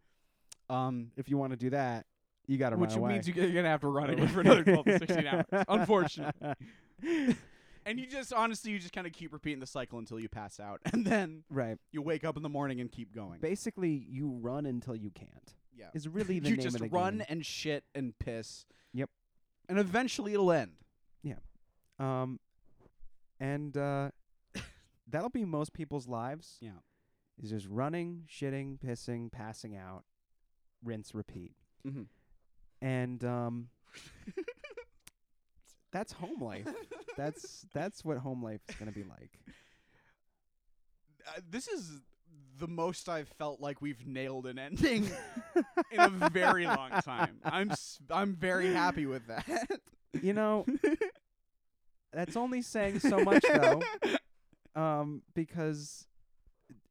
[SPEAKER 2] um,
[SPEAKER 1] If you want to do that, you got to run
[SPEAKER 2] which
[SPEAKER 1] away.
[SPEAKER 2] means you're gonna have to run again for another twelve to sixteen hours. Unfortunately. And you just honestly, you just kind of keep repeating the cycle until you pass out, and then
[SPEAKER 1] Right.
[SPEAKER 2] you wake up in the morning and keep going.
[SPEAKER 1] Basically, you run until you can't.
[SPEAKER 2] yeah,
[SPEAKER 1] Is really the
[SPEAKER 2] you
[SPEAKER 1] name
[SPEAKER 2] just
[SPEAKER 1] of the
[SPEAKER 2] run
[SPEAKER 1] game.
[SPEAKER 2] and shit and piss.
[SPEAKER 1] Yep.
[SPEAKER 2] and eventually it'll end.
[SPEAKER 1] Um, and uh, that'll be most people's lives.
[SPEAKER 2] Yeah.
[SPEAKER 1] Is just running, shitting, pissing, passing out, rinse, repeat,
[SPEAKER 2] Mm-hmm.
[SPEAKER 1] and um, that's home life. That's that's what home life is gonna be like.
[SPEAKER 2] uh, this is the most I've felt like we've nailed an ending in a very long time. I'm s- I'm very happy with that.
[SPEAKER 1] You know, that's only saying so much though, um, because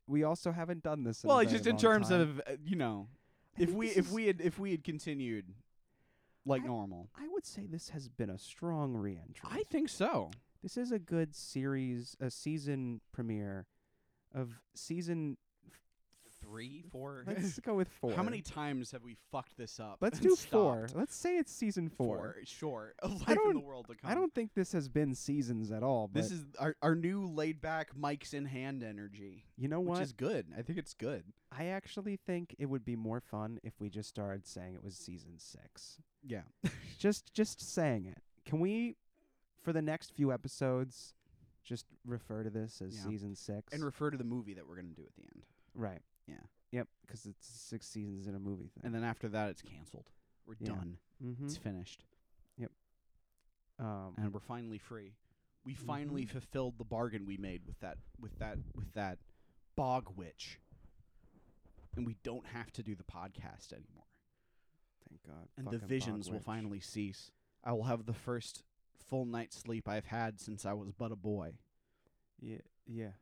[SPEAKER 1] we also haven't done this. In a
[SPEAKER 2] well,
[SPEAKER 1] very
[SPEAKER 2] just in
[SPEAKER 1] long
[SPEAKER 2] terms
[SPEAKER 1] time.
[SPEAKER 2] of uh, you know,
[SPEAKER 1] I
[SPEAKER 2] if
[SPEAKER 1] think
[SPEAKER 2] we
[SPEAKER 1] this
[SPEAKER 2] if
[SPEAKER 1] is-
[SPEAKER 2] we had if we had continued like
[SPEAKER 1] I-
[SPEAKER 2] normal,
[SPEAKER 1] I would say this has been a strong reentry.
[SPEAKER 2] I think so.
[SPEAKER 1] this is a good series, a season premiere of season.
[SPEAKER 2] Three, four.
[SPEAKER 1] Let's go with four.
[SPEAKER 2] How many times have we fucked this up?
[SPEAKER 1] Let's
[SPEAKER 2] and
[SPEAKER 1] do
[SPEAKER 2] stopped?
[SPEAKER 1] four. Let's say it's season four.
[SPEAKER 2] Four. Sure. A life in the
[SPEAKER 1] don't-
[SPEAKER 2] world to come.
[SPEAKER 1] I don't think this has been seasons at all. But
[SPEAKER 2] This is our, our new laid back mics in hand energy,
[SPEAKER 1] you know
[SPEAKER 2] which
[SPEAKER 1] what?
[SPEAKER 2] is good. I think it's good.
[SPEAKER 1] I actually think it would be more fun if we just started saying it was season six.
[SPEAKER 2] Yeah.
[SPEAKER 1] Just, just saying it. Can we, for the next few episodes, just refer to this as
[SPEAKER 2] Yeah.
[SPEAKER 1] season six?
[SPEAKER 2] And refer to the movie that we're going to do at the end.
[SPEAKER 1] right.
[SPEAKER 2] Yeah.
[SPEAKER 1] Yep. Because it's six seasons in a movie thing.
[SPEAKER 2] And then after that, it's canceled. We're
[SPEAKER 1] Yeah.
[SPEAKER 2] done.
[SPEAKER 1] mm-hmm.
[SPEAKER 2] It's finished.
[SPEAKER 1] um,
[SPEAKER 2] And we're finally free. We finally
[SPEAKER 1] Mm-hmm.
[SPEAKER 2] fulfilled the bargain we made with that with that with that bog witch. And we don't have to do the podcast anymore.
[SPEAKER 1] thank God.
[SPEAKER 2] and the
[SPEAKER 1] fucking Bog
[SPEAKER 2] visions will
[SPEAKER 1] Witch.
[SPEAKER 2] finally cease. I will have the first full night's sleep I've had since I was but a boy.
[SPEAKER 1] Yeah, yeah.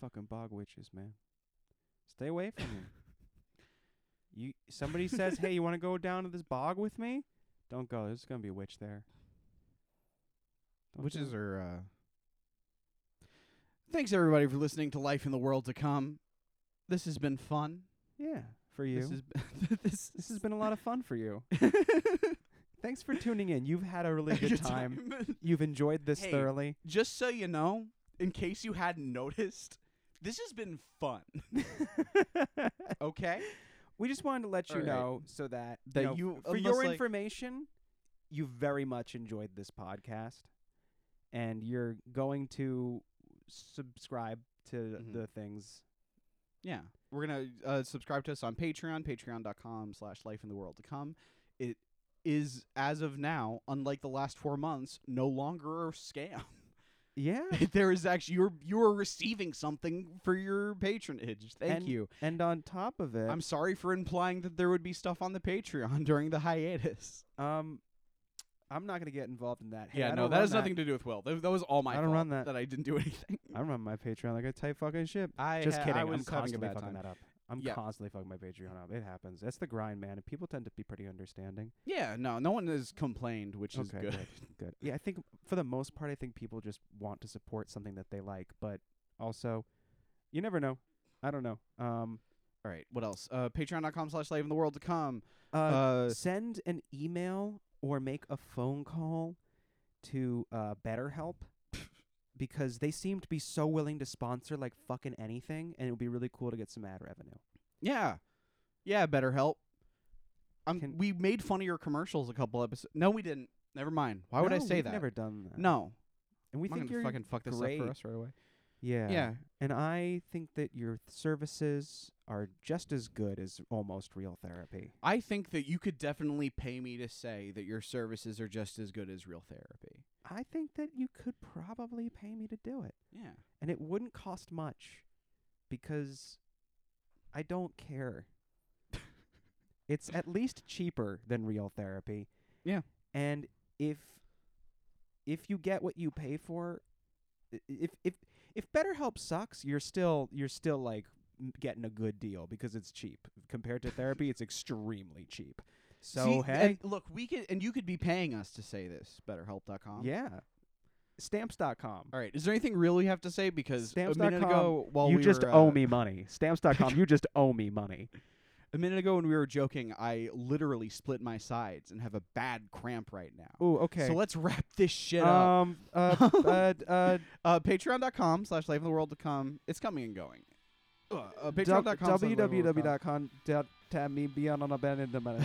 [SPEAKER 1] Fucking bog witches, man. Stay away from them. you somebody says, "Hey, you want to go down to this bog with me?" Don't go. There's gonna be a witch there. Don't
[SPEAKER 2] Which
[SPEAKER 1] do
[SPEAKER 2] is
[SPEAKER 1] it.
[SPEAKER 2] her. Uh... Thanks everybody for listening to Life in the World to Come. This has been fun.
[SPEAKER 1] yeah for you.
[SPEAKER 2] This
[SPEAKER 1] This,
[SPEAKER 2] has been, this,
[SPEAKER 1] has been a lot of fun for you.
[SPEAKER 2] of
[SPEAKER 1] Thanks for tuning in. You've had a really good, time. You've enjoyed this
[SPEAKER 2] Hey.
[SPEAKER 1] thoroughly.
[SPEAKER 2] Just so you know, in case you hadn't noticed, this has been fun. Okay.
[SPEAKER 1] we just wanted to let you
[SPEAKER 2] Alright.
[SPEAKER 1] know so that
[SPEAKER 2] That
[SPEAKER 1] know,
[SPEAKER 2] you-
[SPEAKER 1] for
[SPEAKER 2] unless,
[SPEAKER 1] your
[SPEAKER 2] like-
[SPEAKER 1] information, you very much enjoyed this podcast, and you're going to subscribe to
[SPEAKER 2] Mhm.
[SPEAKER 1] the things.
[SPEAKER 2] Yeah. we're gonna uh, subscribe to us on patreon patreon.com slash life in the world to come it is as of now unlike the last four months no longer a scam
[SPEAKER 1] Yeah.
[SPEAKER 2] there is actually you're you're receiving something for your patronage thank
[SPEAKER 1] And-
[SPEAKER 2] you
[SPEAKER 1] and on top of it,
[SPEAKER 2] i'm sorry for implying that there would be stuff on the patreon during the hiatus
[SPEAKER 1] um, I'm not gonna get involved in that. Hey, I
[SPEAKER 2] yeah no
[SPEAKER 1] don't
[SPEAKER 2] that
[SPEAKER 1] run
[SPEAKER 2] has nothing to do with will that, that was all my
[SPEAKER 1] I don't
[SPEAKER 2] fault
[SPEAKER 1] run that.
[SPEAKER 2] that i didn't do anything
[SPEAKER 1] I don't run my Patreon like I type fucking shit.
[SPEAKER 2] i
[SPEAKER 1] Just
[SPEAKER 2] ha-
[SPEAKER 1] kidding.
[SPEAKER 2] I
[SPEAKER 1] I'm
[SPEAKER 2] was having a
[SPEAKER 1] constantly
[SPEAKER 2] bad
[SPEAKER 1] fucking
[SPEAKER 2] time.
[SPEAKER 1] that up. I'm
[SPEAKER 2] Yeah.
[SPEAKER 1] constantly fucking my Patreon up. It happens. That's the grind, man. And people tend to be pretty understanding.
[SPEAKER 2] yeah no no one has complained which is
[SPEAKER 1] Okay,
[SPEAKER 2] good
[SPEAKER 1] good. Good. Yeah, I think for the most part, I think people just want to support something that they like, but also, you never know. I don't know. Um,
[SPEAKER 2] all right what else uh patreon.com slash life in the world to come
[SPEAKER 1] uh,
[SPEAKER 2] uh
[SPEAKER 1] send an email or make a phone call to uh, BetterHelp because they seem to be so willing to sponsor like fucking anything, and it would be really cool to get some ad revenue.
[SPEAKER 2] Yeah, yeah. Better help. I'm.
[SPEAKER 1] Can-
[SPEAKER 2] we made funnier commercials a couple episodes. No, we didn't. Never mind. Why would I
[SPEAKER 1] No,
[SPEAKER 2] say
[SPEAKER 1] we've
[SPEAKER 2] that?
[SPEAKER 1] Never done that.
[SPEAKER 2] No,
[SPEAKER 1] and we
[SPEAKER 2] I'm
[SPEAKER 1] think
[SPEAKER 2] gonna
[SPEAKER 1] you're
[SPEAKER 2] fucking fuck this up
[SPEAKER 1] great.
[SPEAKER 2] for us right away.
[SPEAKER 1] yeah,
[SPEAKER 2] Yeah.
[SPEAKER 1] And I think that your services are just as good as almost real therapy.
[SPEAKER 2] I think that you could definitely pay me to say that your services are just as good as real therapy.
[SPEAKER 1] I think that you could probably pay me to do it.
[SPEAKER 2] Yeah.
[SPEAKER 1] And it wouldn't cost much because I don't care. it's at least cheaper than real therapy.
[SPEAKER 2] Yeah.
[SPEAKER 1] And if if you get what you pay for, i- if if if BetterHelp sucks, you're still you're still like m- getting a good deal because it's cheap compared to therapy. It's extremely cheap. So
[SPEAKER 2] See,
[SPEAKER 1] hey,
[SPEAKER 2] and look, we could, and you could be paying us to say this. BetterHelp.com.
[SPEAKER 1] yeah, stamps.com.
[SPEAKER 2] All right. Is there anything real you have to say? Because a minute
[SPEAKER 1] Stamps.com,
[SPEAKER 2] ago, while
[SPEAKER 1] you
[SPEAKER 2] we
[SPEAKER 1] just
[SPEAKER 2] were,
[SPEAKER 1] owe
[SPEAKER 2] uh,
[SPEAKER 1] me money. Stamps.com, you just owe me money.
[SPEAKER 2] A minute ago, when we were joking, I literally split my sides and have a bad cramp right now.
[SPEAKER 1] Ooh, okay.
[SPEAKER 2] So let's wrap this shit up.
[SPEAKER 1] um, uh, uh, d- uh,
[SPEAKER 2] Uh, Patreon.com slash life in the world to come. It's coming and going. Uh, uh,
[SPEAKER 1] d-
[SPEAKER 2] Patreon.com slash life in the world to
[SPEAKER 1] www.con
[SPEAKER 2] come.
[SPEAKER 1] dot tab me beyond on a bed in the middle.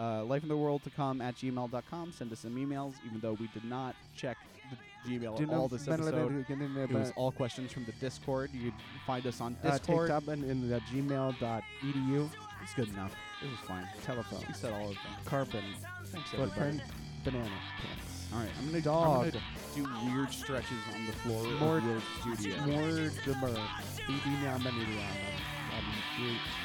[SPEAKER 2] uh, life in the world to come at gmail.com. Send us some emails, even though we did not check the Gmail
[SPEAKER 1] Do
[SPEAKER 2] at all
[SPEAKER 1] not
[SPEAKER 2] this
[SPEAKER 1] bend it
[SPEAKER 2] episode.
[SPEAKER 1] in the
[SPEAKER 2] It was
[SPEAKER 1] bed.
[SPEAKER 2] all questions from the Discord. You could find us on
[SPEAKER 1] uh, take
[SPEAKER 2] Discord.
[SPEAKER 1] top and in the gmail.edu
[SPEAKER 2] it's good enough. It was fine.
[SPEAKER 1] telephone
[SPEAKER 2] We said all of that.
[SPEAKER 1] carbon
[SPEAKER 2] Thanks, everybody.
[SPEAKER 1] footprint banana pants.
[SPEAKER 2] All right, I'm gonna,
[SPEAKER 1] Dog.
[SPEAKER 2] I'm gonna do weird stretches on the floor of
[SPEAKER 1] More-
[SPEAKER 2] Will's studio.
[SPEAKER 1] More demur. Eating on the media. Um, um,